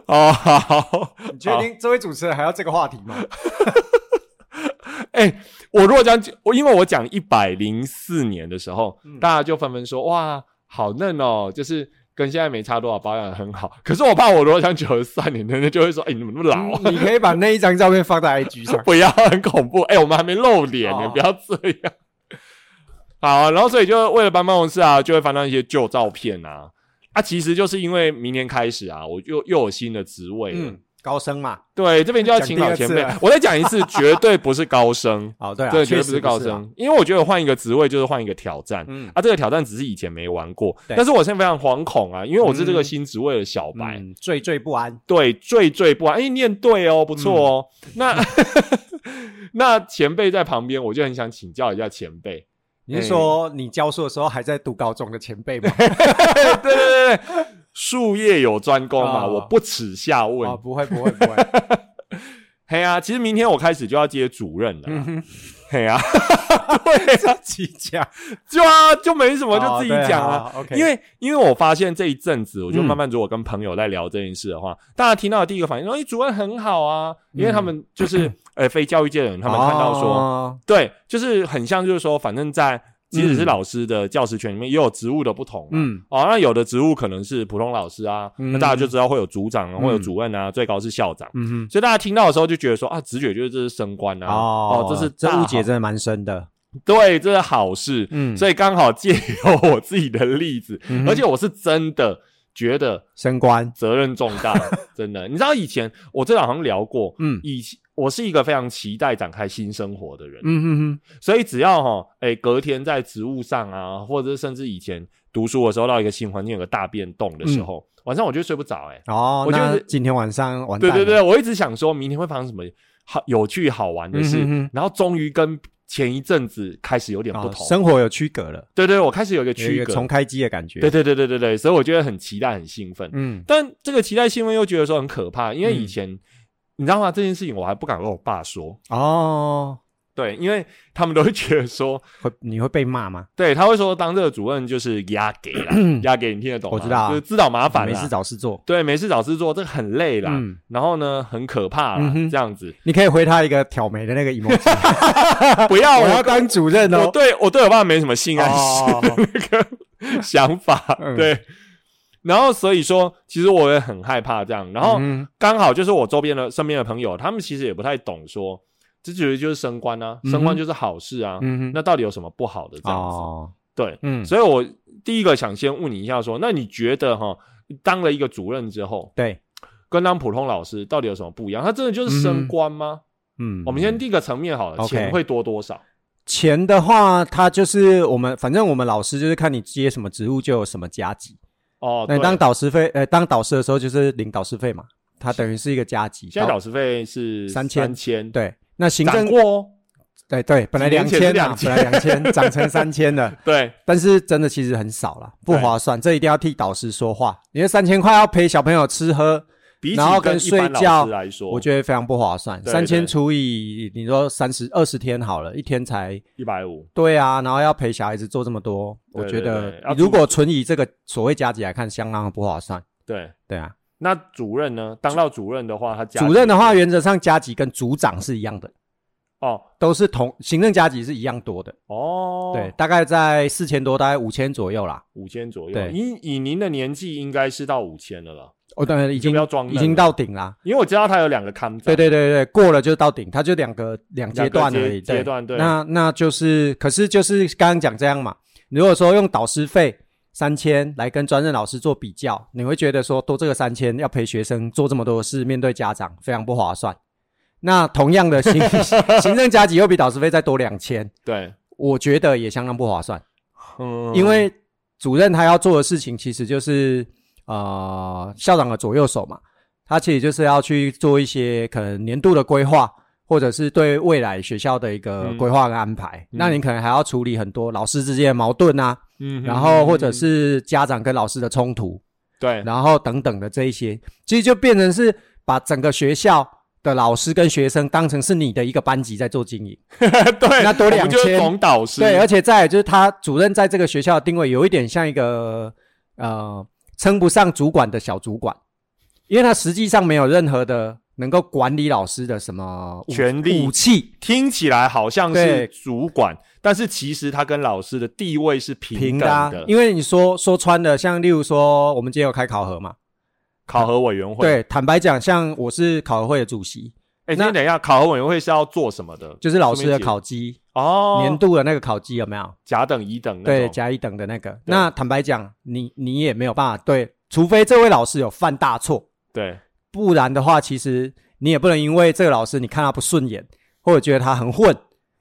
Speaker 1: 哦，好，
Speaker 2: 你确
Speaker 1: 哦
Speaker 2: 定这位主持人还要这个话题 吗？
Speaker 1: 哎、我如果讲我，因为我讲一百零四年的时候，
Speaker 2: 嗯
Speaker 1: 大家就纷纷说哇，好嫩哦，就是跟现在没差多少，保养得很好。可是我怕我如果讲九十三年的，人家就会说，哎、你怎么那么老啊？，
Speaker 2: 你可以把那一张照片放在 IG 上
Speaker 1: 不要，很恐怖。哎、我们还没露脸呢，
Speaker 2: 哦
Speaker 1: 不要这样。好、啊，然后所以就为了帮办公室啊，就会翻到一些旧照片啊。啊，其实就是因为明年开始啊，我又又有新的职位了。
Speaker 2: 嗯，高升嘛，
Speaker 1: 对，这边就要请老前辈
Speaker 2: 讲第二次，啊
Speaker 1: 我再讲一次，绝对不是高升。
Speaker 2: 哦对啊，
Speaker 1: 对，绝
Speaker 2: 确
Speaker 1: 对
Speaker 2: 实
Speaker 1: 不是高
Speaker 2: 啊
Speaker 1: 升，因为我觉得换一个职位就是换一个挑战、
Speaker 2: 嗯，
Speaker 1: 啊。这个挑战只是以前没玩过，
Speaker 2: 对
Speaker 1: 但是我现在非常惶恐啊，因为我是这个
Speaker 2: 嗯
Speaker 1: 新职位的小白，
Speaker 2: 嗯，惴惴不安，
Speaker 1: 对，惴惴不安。哎，念对哦，不错哦。
Speaker 2: 嗯
Speaker 1: 那 那前辈在旁边，我就很想请教一下前 辈。
Speaker 2: 你
Speaker 1: 哎
Speaker 2: 是说你教书的时候还在读高中的前 辈吗？
Speaker 1: 对对对对，术业有专攻嘛，
Speaker 2: 哦
Speaker 1: 我不耻下问。
Speaker 2: 啊，不会不会不会，
Speaker 1: 嘿啊，其实明天我开始就要接主任了啦。
Speaker 2: 嗯哼，
Speaker 1: 嘿 啊，
Speaker 2: 这几 家
Speaker 1: 就啊，就没什么，
Speaker 2: 我
Speaker 1: 就自己讲啊。
Speaker 2: 哦，OK，
Speaker 1: 因为因为我发现这一阵子，我就
Speaker 2: 嗯
Speaker 1: 慢慢如果跟朋友在聊这件事的话，大家听到的第一个反应说：“哎、主任很好啊！”因为他们就是、呃非教育界的人，他们看到说，
Speaker 2: 嗯哦
Speaker 1: 对，就是很像就是说，反正在即使是
Speaker 2: 嗯
Speaker 1: 老师的教师圈里面，也有职务的不同、嗯。
Speaker 2: 嗯
Speaker 1: 哦，那有的职务可能是普通老师啊，那
Speaker 2: 嗯
Speaker 1: 大家就知道会有组长啊，
Speaker 2: 嗯
Speaker 1: 会有主任啊，最高是校长。
Speaker 2: 嗯哼。
Speaker 1: 所以大家听到的时候就觉得说啊，直觉就是这是升官啊，哦这是大
Speaker 2: 这误解
Speaker 1: 好，
Speaker 2: 真的蛮深的，
Speaker 1: 对，这是好事。
Speaker 2: 嗯
Speaker 1: 所以刚好借由我自己的例子，
Speaker 2: 嗯哼
Speaker 1: 而且我是真的觉得
Speaker 2: 升官，
Speaker 1: 责任重 大，真的。你知道以前我这好像聊过，
Speaker 2: 嗯
Speaker 1: 以前我是一个非常期待展开新生活的人，
Speaker 2: 嗯哼
Speaker 1: 所以只要哈，哎、隔天在职务上啊，或者是甚至以前读书的时候到一个新环境有个大变动的时候，晚上我就睡不着、哎，
Speaker 2: 哼，哦，
Speaker 1: 我觉得
Speaker 2: 那今天晚上嗯完蛋
Speaker 1: 对
Speaker 2: 了，
Speaker 1: 对对，我一直想说明天会发生什么好有趣好玩的事，
Speaker 2: 嗯哼哼
Speaker 1: 然后终于跟前一阵子开始有点不
Speaker 2: 哦
Speaker 1: 同，
Speaker 2: 生活有区隔了，
Speaker 1: 对对，我开始有一个
Speaker 2: 有一
Speaker 1: 区
Speaker 2: 个
Speaker 1: 隔，
Speaker 2: 重开机的感觉，
Speaker 1: 对对对对对对，所以我觉得很期待很兴奋，
Speaker 2: 嗯
Speaker 1: 但这个期待兴奋又觉得说很可怕，因为以
Speaker 2: 嗯
Speaker 1: 前、你知道吗？这件事情我还不敢跟我爸说，
Speaker 2: 哦，
Speaker 1: 对，因为他们都会觉得说，
Speaker 2: 会你会被骂吗？
Speaker 1: 对他会说当这个主任就是压给 啦，压给你听得懂吗？
Speaker 2: 我知道啊
Speaker 1: 就是自找麻烦
Speaker 2: 没
Speaker 1: 啦
Speaker 2: 事，找事做，
Speaker 1: 对，没事找事做，这很累啦。
Speaker 2: 嗯
Speaker 1: 然后呢，很可怕啦，
Speaker 2: 嗯哼
Speaker 1: 这样子
Speaker 2: 你可以回他一个挑眉的那个 emoji，
Speaker 1: 不要
Speaker 2: 我要
Speaker 1: 我
Speaker 2: 当主任
Speaker 1: 我
Speaker 2: 哦，
Speaker 1: 对我对我爸没什么性暗示
Speaker 2: 哦，
Speaker 1: 的 想法，
Speaker 2: 嗯
Speaker 1: 对。然后所以说，其实我也很害怕这样。然后
Speaker 2: 嗯
Speaker 1: 刚好就是我周边的身边的朋友，他们其实也不太懂说，这觉得就是升官啊，
Speaker 2: 嗯哼
Speaker 1: 升官就是好事啊，
Speaker 2: 嗯哼，
Speaker 1: 那到底有什么不好的这样子？
Speaker 2: 哦，
Speaker 1: 对，
Speaker 2: 嗯，
Speaker 1: 所以我第一个想先问你一下说，那你觉得哈，当了一个主任之后，
Speaker 2: 对，
Speaker 1: 跟当普通老师到底有什么不一样？他真的就是升官吗？
Speaker 2: 嗯，
Speaker 1: 我们先第一个层面好了，
Speaker 2: OK
Speaker 1: 钱会多多少？
Speaker 2: 钱的话，它就是我们，反正我们老师就是看你接什么职务就有什么加级。
Speaker 1: 哦，
Speaker 2: 那
Speaker 1: 对
Speaker 2: 你当导师费，呃，当导师的时候就是领导师费嘛，它等于是一个加级。
Speaker 1: 现在导师费是
Speaker 2: 三千
Speaker 1: 三千，
Speaker 2: 对，那行
Speaker 1: 涨
Speaker 2: 政
Speaker 1: 过哦
Speaker 2: 对对，本来
Speaker 1: 几年
Speaker 2: 两
Speaker 1: 前
Speaker 2: 千
Speaker 1: 是2000
Speaker 2: 啊，本来两千涨成三千 了，
Speaker 1: 对
Speaker 2: 但是真的其实很少了，不
Speaker 1: 对
Speaker 2: 划算。这一定要替导师说话，因为三千块要陪小朋友吃喝，
Speaker 1: 比
Speaker 2: 然后
Speaker 1: 起跟
Speaker 2: 跟
Speaker 1: 一般
Speaker 2: 睡觉
Speaker 1: 老师来说，
Speaker 2: 我觉得非常不划算。
Speaker 1: 对
Speaker 2: 三千
Speaker 1: 对
Speaker 2: 除以你说三十二十天好了，一天才
Speaker 1: 一百五，
Speaker 2: 对啊，然后要陪小孩子做这么多，我
Speaker 1: 对
Speaker 2: 觉
Speaker 1: 对
Speaker 2: 得
Speaker 1: 对要
Speaker 2: 如
Speaker 1: 注
Speaker 2: 果纯以这个所谓加起来看，相当的不划算。
Speaker 1: 对。
Speaker 2: 对啊，
Speaker 1: 那主任呢？当到主任的话，他加
Speaker 2: 主任的话原则上加级跟组长是一样的，
Speaker 1: 哦
Speaker 2: 都是同行政加级是一样多的，
Speaker 1: 哦，
Speaker 2: 对，，大概在四千多，大概五千左右啦。
Speaker 1: 五千左右。
Speaker 2: 对
Speaker 1: 以以您的年纪，应该是到五千了啦，
Speaker 2: 哦，当然已
Speaker 1: 就
Speaker 2: 经
Speaker 1: 不要装嫩
Speaker 2: 已经
Speaker 1: 了
Speaker 2: 到顶啦。
Speaker 1: 因为我知道他有两个康，
Speaker 2: 对对对对，过了就到顶，它就两个两阶
Speaker 1: 两个
Speaker 2: 段而
Speaker 1: 阶
Speaker 2: 已。
Speaker 1: 阶段对
Speaker 2: 那那就是，可是就是刚刚讲这样嘛。如果说用导师费三千来跟专任老师做比较，你会觉得说多这个三千要陪学生做这么多事，面对家长非常不划算。那同样的行 行政加级又比导师费再多两千，
Speaker 1: 对，
Speaker 2: 我觉得也相当不划算，
Speaker 1: 嗯
Speaker 2: 因为主任他要做的事情其实就是呃校长的左右手嘛，他其实就是要去做一些可能年度的规划，或者是对未来学校的一个
Speaker 1: 嗯
Speaker 2: 规划跟安排。
Speaker 1: 嗯
Speaker 2: 那你可能还要处理很多老师之间的矛盾啊，
Speaker 1: 嗯
Speaker 2: 然后或者是家长跟老师的冲突，
Speaker 1: 对
Speaker 2: 然后等等的这一些，其实就变成是把整个学校。的老师跟学生当成是你的一个班级在做经营，
Speaker 1: 对，
Speaker 2: 那多
Speaker 1: 我们就是
Speaker 2: 2000
Speaker 1: 总导师
Speaker 2: 对，而且再来就是他主任在这个学校的定位有一点像一个呃称不上主管的小主管，因为他实际上没有任何的能够管理老师的什么武
Speaker 1: 权力
Speaker 2: 武器
Speaker 1: 听起来好像
Speaker 2: 对
Speaker 1: 是主管，但是其实他跟老师的地位是平
Speaker 2: 平
Speaker 1: 等
Speaker 2: 的啊、
Speaker 1: 的。
Speaker 2: 因为你说说穿的，像例如说我们今天有开考核嘛，
Speaker 1: 考核委员会，
Speaker 2: 对，坦白讲，像我是考核会的主席，
Speaker 1: 哎，
Speaker 2: 那
Speaker 1: 那等一下，考核委员会是要做什么的？
Speaker 2: 就是老师
Speaker 1: 顺
Speaker 2: 的
Speaker 1: 便解
Speaker 2: 考绩，
Speaker 1: 哦，
Speaker 2: 年度的那个考绩有没有？
Speaker 1: 甲等、乙等那
Speaker 2: 对，
Speaker 1: 种，
Speaker 2: 甲乙等的那个。那坦白讲，你你也没有办法对，除非这位老师有犯大错。
Speaker 1: 对
Speaker 2: 不然的话，其实你也不能因为这个老师你看他不顺眼，或者觉得他很混，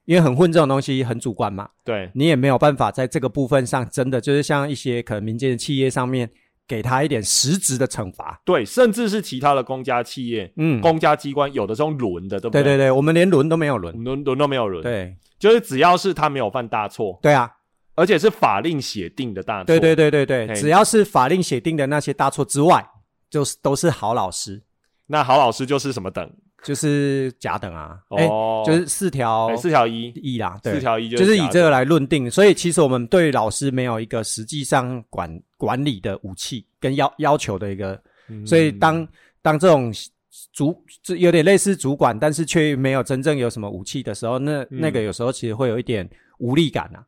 Speaker 2: 因为很混这种东西很主观嘛，
Speaker 1: 对
Speaker 2: 你也没有办法在这个部分上真的就是像一些可能民间的企业上面给他一点实质的惩罚。
Speaker 1: 对，甚至是其他的公家企业、
Speaker 2: 嗯，
Speaker 1: 公家机关，有的时候轮的，对不
Speaker 2: 对对
Speaker 1: 对
Speaker 2: 对，我们连轮都没有
Speaker 1: 我
Speaker 2: 轮。
Speaker 1: 们轮轮都没有轮，，
Speaker 2: 对
Speaker 1: 就是只要是他没有犯大错，
Speaker 2: 对啊，
Speaker 1: 而且是法令写定的大错，
Speaker 2: 对对对对对，
Speaker 1: 嘿
Speaker 2: 只要是法令写定的那些大错之外，就是都是好老师，
Speaker 1: 那郝老师就是什么等
Speaker 2: 就是甲等啊，哎、
Speaker 1: 哦，
Speaker 2: 就是四条
Speaker 1: 哎四条一，
Speaker 2: 一啦，对，
Speaker 1: 四条一
Speaker 2: 就是以
Speaker 1: 甲
Speaker 2: 这
Speaker 1: 等
Speaker 2: 个来论定，所以其实我们对老师没有一个实际上管管理的武器跟要要求的一个，
Speaker 1: 嗯
Speaker 2: 所以当当这种主这有点类似主管，但是却没有真正有什么武器的时候，那那个有时候其实会有一点无力感啊，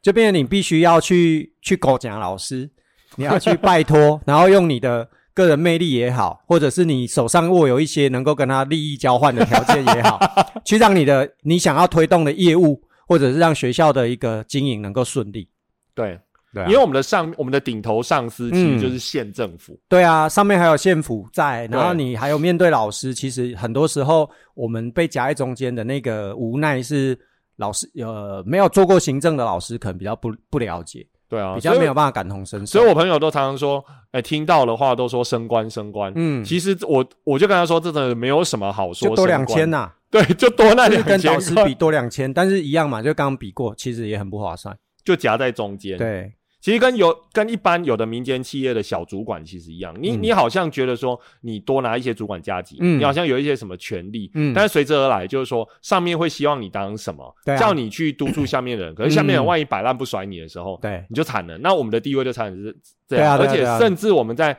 Speaker 2: 就变成你必须要去去狗讲老师，你要去拜托，然后用你的。个人魅力也好，或者是你手上握有一些能够跟他利益交换的条件也好，去让你的你想要推动的业务，或者是让学校的一个经营能够顺利。
Speaker 1: 对，啊
Speaker 2: 对啊
Speaker 1: 因为我们的上我们的顶头上司其
Speaker 2: 嗯
Speaker 1: 实就是县政府，
Speaker 2: 对啊，上面还有县府在，然后
Speaker 1: 对
Speaker 2: 你还有面对老师，其实很多时候我们被夹在中间的那个无奈是老师呃没有做过行政的老师可能比较不不了解，
Speaker 1: 对啊，
Speaker 2: 比较
Speaker 1: 所以
Speaker 2: 没有办法感同身受。
Speaker 1: 所以我朋友都常常说，哎、听到的话都说升官升官。
Speaker 2: 嗯，
Speaker 1: 其实我我就跟他说，这真的没有什么好说，
Speaker 2: 就多两千，呐、
Speaker 1: 对，就多那
Speaker 2: 就是
Speaker 1: 两
Speaker 2: 跟
Speaker 1: 千
Speaker 2: 导师
Speaker 1: 块
Speaker 2: 比多两千，但是一样嘛，就刚刚比过，其实也很不划算。
Speaker 1: 就夹在中间。，
Speaker 2: 对，
Speaker 1: 其实跟有跟一般有的民间企业的小主管其实一样，你、
Speaker 2: 嗯
Speaker 1: 你好像觉得说你多拿一些主管加级，
Speaker 2: 嗯
Speaker 1: 你好像有一些什么权利，
Speaker 2: 嗯
Speaker 1: 但是随之而来就是说上面会希望你当什么，
Speaker 2: 对啊
Speaker 1: 叫你去督促下面 的人，可是下面人万一摆烂不甩你的时候，
Speaker 2: 对，
Speaker 1: 你就惨了。那我们的地位就惨是这
Speaker 2: 对
Speaker 1: 样，
Speaker 2: 啊嗯对
Speaker 1: 而
Speaker 2: 啊
Speaker 1: 且
Speaker 2: 对啊
Speaker 1: 甚至我们在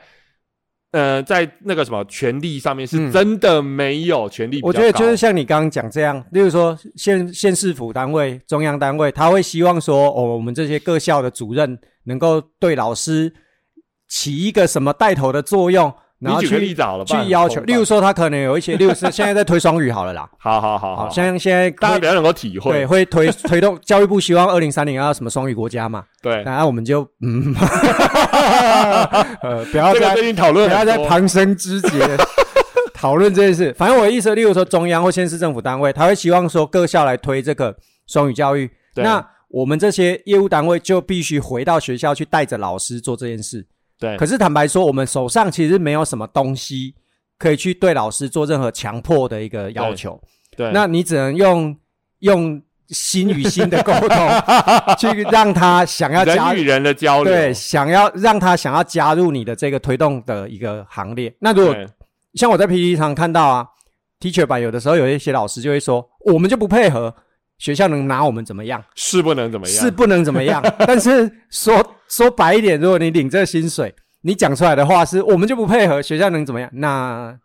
Speaker 1: 呃在那个什么权力上面
Speaker 2: 嗯
Speaker 1: 是真的没有权力比较
Speaker 2: 我
Speaker 1: 高。
Speaker 2: 觉得就是像你刚刚讲这样，例如说县县市府单位、中央单位，他会希望说，哦，我们这些各校的主任能够对老师起一个什么带头的作用，然
Speaker 1: 你
Speaker 2: 后
Speaker 1: 举个例
Speaker 2: 去
Speaker 1: 子好了，不然
Speaker 2: 去要求。
Speaker 1: 怎么办
Speaker 2: 例如说，他可能有一些，例如说现在在推双语好 了啦，哦
Speaker 1: 好好好
Speaker 2: 好
Speaker 1: 好，
Speaker 2: 像现在
Speaker 1: 大家
Speaker 2: 会
Speaker 1: 比较能够体
Speaker 2: 对
Speaker 1: 会，
Speaker 2: 会推推动教育部希望二零三零要什么双语国家嘛，
Speaker 1: 对，
Speaker 2: 然后我们就嗯， 呃，不要
Speaker 1: 这个
Speaker 2: 再
Speaker 1: 最近讨论
Speaker 2: 不要
Speaker 1: 很
Speaker 2: 再
Speaker 1: 多，
Speaker 2: 旁生枝节讨论这件事。反正我的意思，例如说中央或县市政府单位，他会希望说各校来推这个双语教育。
Speaker 1: 对
Speaker 2: 那我们这些业务单位就必须回到学校去带着老师做这件事。
Speaker 1: 对
Speaker 2: 可是坦白说，我们手上其实没有什么东西可以去对老师做任何强迫的一个要求。
Speaker 1: 对，
Speaker 2: 那你只能用用心与心的沟通，去让他想要加
Speaker 1: 人与人的交流，
Speaker 2: 对，想要让他想要加入你的这个推动的一个行列。那如果
Speaker 1: 对
Speaker 2: 像我在 PPT 上看到啊，teacher 版有的时候有一些老师就会说，我们就不配合，学校能拿我们怎么样？
Speaker 1: 是不能怎么样，
Speaker 2: 是不能怎么样。 但是说说白一点，如果你领这个薪水，你讲出来的话是我们就不配合，学校能怎么样？那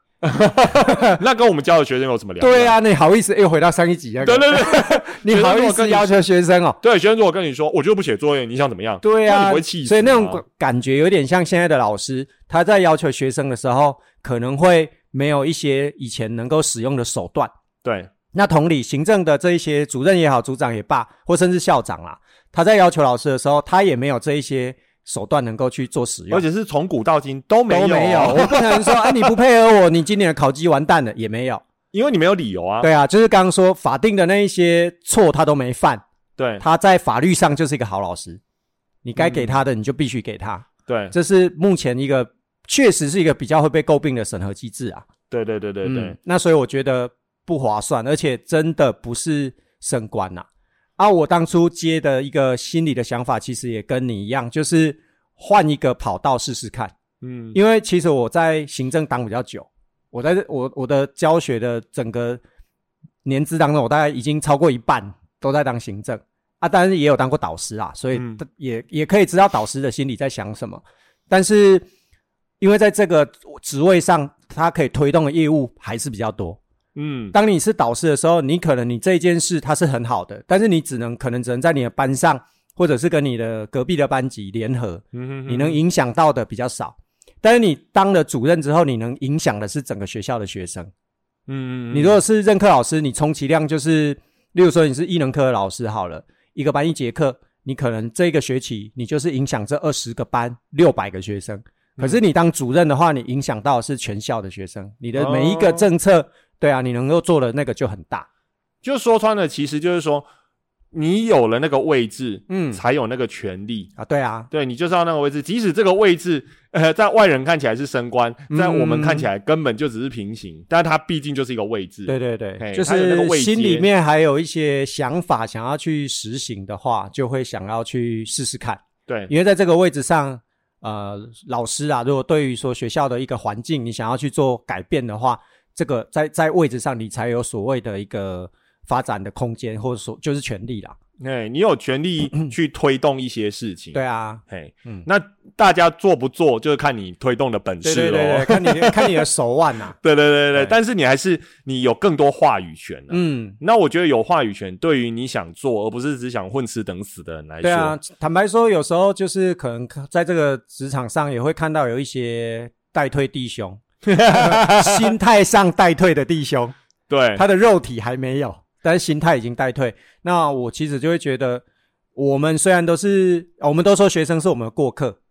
Speaker 1: 那跟我们教的学生有什么两样？
Speaker 2: 对啊，你好意思又回到上一集那
Speaker 1: 对
Speaker 2: 个，
Speaker 1: 对对，
Speaker 2: 你
Speaker 1: 学生
Speaker 2: 好
Speaker 1: 如果
Speaker 2: 意
Speaker 1: 跟
Speaker 2: 思
Speaker 1: 你
Speaker 2: 要求学生哦？
Speaker 1: 对学生如果跟你说，我就不写作业，你想怎么样？
Speaker 2: 对
Speaker 1: 那
Speaker 2: 啊，
Speaker 1: 你不会气死吗
Speaker 2: 所以那种感感觉有点像现在的老师，他在要求学生的时候，可能会没有一些以前能够使用的手段。
Speaker 1: 对
Speaker 2: 那同理，行政的这一些主任也好，组长也罢，或甚至校长啦，他在要求老师的时候，他也没有这一些手段能够去做使 用
Speaker 1: 而。且是从古到今都没有，
Speaker 2: 都没有，啊我不能说啊，你不配合我，你今年的考绩完蛋了，也没有。
Speaker 1: 因为你没有理由啊。
Speaker 2: 对啊，就是刚刚说法定的那一些错他都没犯，
Speaker 1: 对
Speaker 2: 他在法律上就是一个好老师，你该
Speaker 1: 嗯
Speaker 2: 给他的你就必须给他，
Speaker 1: 对
Speaker 2: 这是目前一个确实是一个比较会被诟病的审核机制啊。
Speaker 1: 对对对对对
Speaker 2: 嗯，那所以我觉得不划算，而且真的不是升官呐、啊。啊，我当初接的一个心理的想法，其实也跟你一样，就是换一个跑道试试看。
Speaker 1: 嗯
Speaker 2: 因为其实我在行政当比较久，我在这我我的教学的整个年资当中，我大概已经超过一半都在当行政啊，当然也有当过导师啊，所以
Speaker 1: 嗯
Speaker 2: 也、也可以知道导师的心里在想什么。但是因为在这个职位上，他可以推动的业务还是比较多。
Speaker 1: 嗯，
Speaker 2: 当你是导师的时候，你可能你这一件事它是很好的，但是你只能可能只能在你的班上，或者是跟你的隔壁的班级联合，
Speaker 1: 你
Speaker 2: 你能影响到的比较少。但是你当了主任之后，你能影响的是整个学校的学生。
Speaker 1: 嗯，
Speaker 2: 你如果是任课老师，你充其量就是，例如说你是艺能科的老师好了，一个班一节课，你可能这个学期你就是影响这二十个班六百个学生。
Speaker 1: 嗯
Speaker 2: 可是你当主任的话，你影响到的是全校的学生，你的每一个
Speaker 1: 哦
Speaker 2: 政策，对啊，你能够做的那个就很大。
Speaker 1: 就说穿了，其实就是说，你有了那个位置，
Speaker 2: 嗯
Speaker 1: 才有那个权利。
Speaker 2: 啊，对啊，
Speaker 1: 对你就是要那个位置，即使这个位置， 呃，在外人看起来是升官，在我们
Speaker 2: 嗯
Speaker 1: 看起来根本就只是平行，但它毕竟就是一个位置。
Speaker 2: 对对对，
Speaker 1: 嘿
Speaker 2: 就
Speaker 1: 它有那个
Speaker 2: 是
Speaker 1: 位
Speaker 2: 心
Speaker 1: 阶
Speaker 2: 里面还有一些想法想要去实行的话，就会想要去试试看。
Speaker 1: 对
Speaker 2: 因为在这个位置上，呃，老师啊，如果对于说学校的一个环境，你想要去做改变的话，这个在在位置上，你才有所谓的一个发展的空间，或者说就是权利啦。
Speaker 1: 哎，你有权 利去推动一些事情。
Speaker 2: 对，啊，
Speaker 1: 嘿，
Speaker 2: 嗯
Speaker 1: 那大家做不做，就是看你推动的本
Speaker 2: 对
Speaker 1: 事
Speaker 2: 对
Speaker 1: 喽。
Speaker 2: 对对，看你看你的手腕呐、啊
Speaker 1: 对对对对
Speaker 2: 对
Speaker 1: 但是你还是你有更多话语权、啊。
Speaker 2: 嗯，
Speaker 1: 那我觉得有话语权，对于你想做，而不是只想混吃等死的人来说，
Speaker 2: 对啊，坦白说，有时候就是可能在这个职场上也会看到有一些代退弟兄，心态上代退的弟兄。
Speaker 1: 对，
Speaker 2: 他的肉体还没有，但是心态已经代退。那我其实就会觉得，我们虽然都是，我们都说学生是我们的过客，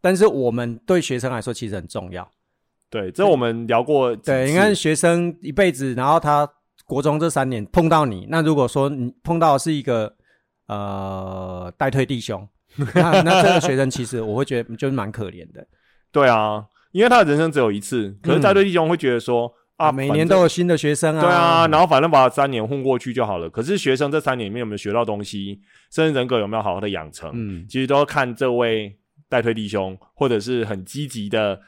Speaker 2: 但是我们对学生来说其实很重要。
Speaker 1: 对，这我们聊过几次。
Speaker 2: 对，你看学生一辈子，然后他国中这三年碰到你，那如果说你碰到的是一个呃代退 弟兄，那那这个学生其实我会觉得就是蛮可怜的。
Speaker 1: 对啊，因为他的人生只有一次，可是带队弟兄会觉得说、啊，
Speaker 2: 嗯每
Speaker 1: 反
Speaker 2: 年
Speaker 1: 正
Speaker 2: 都有新的学生啊，
Speaker 1: 对啊，，然后反正把三年混过去就好了。可是学生这三年里面有没有学到东西，甚至人格有没有好好的养成，
Speaker 2: 嗯，
Speaker 1: 其实都要看这位带队弟兄或者是很积极的。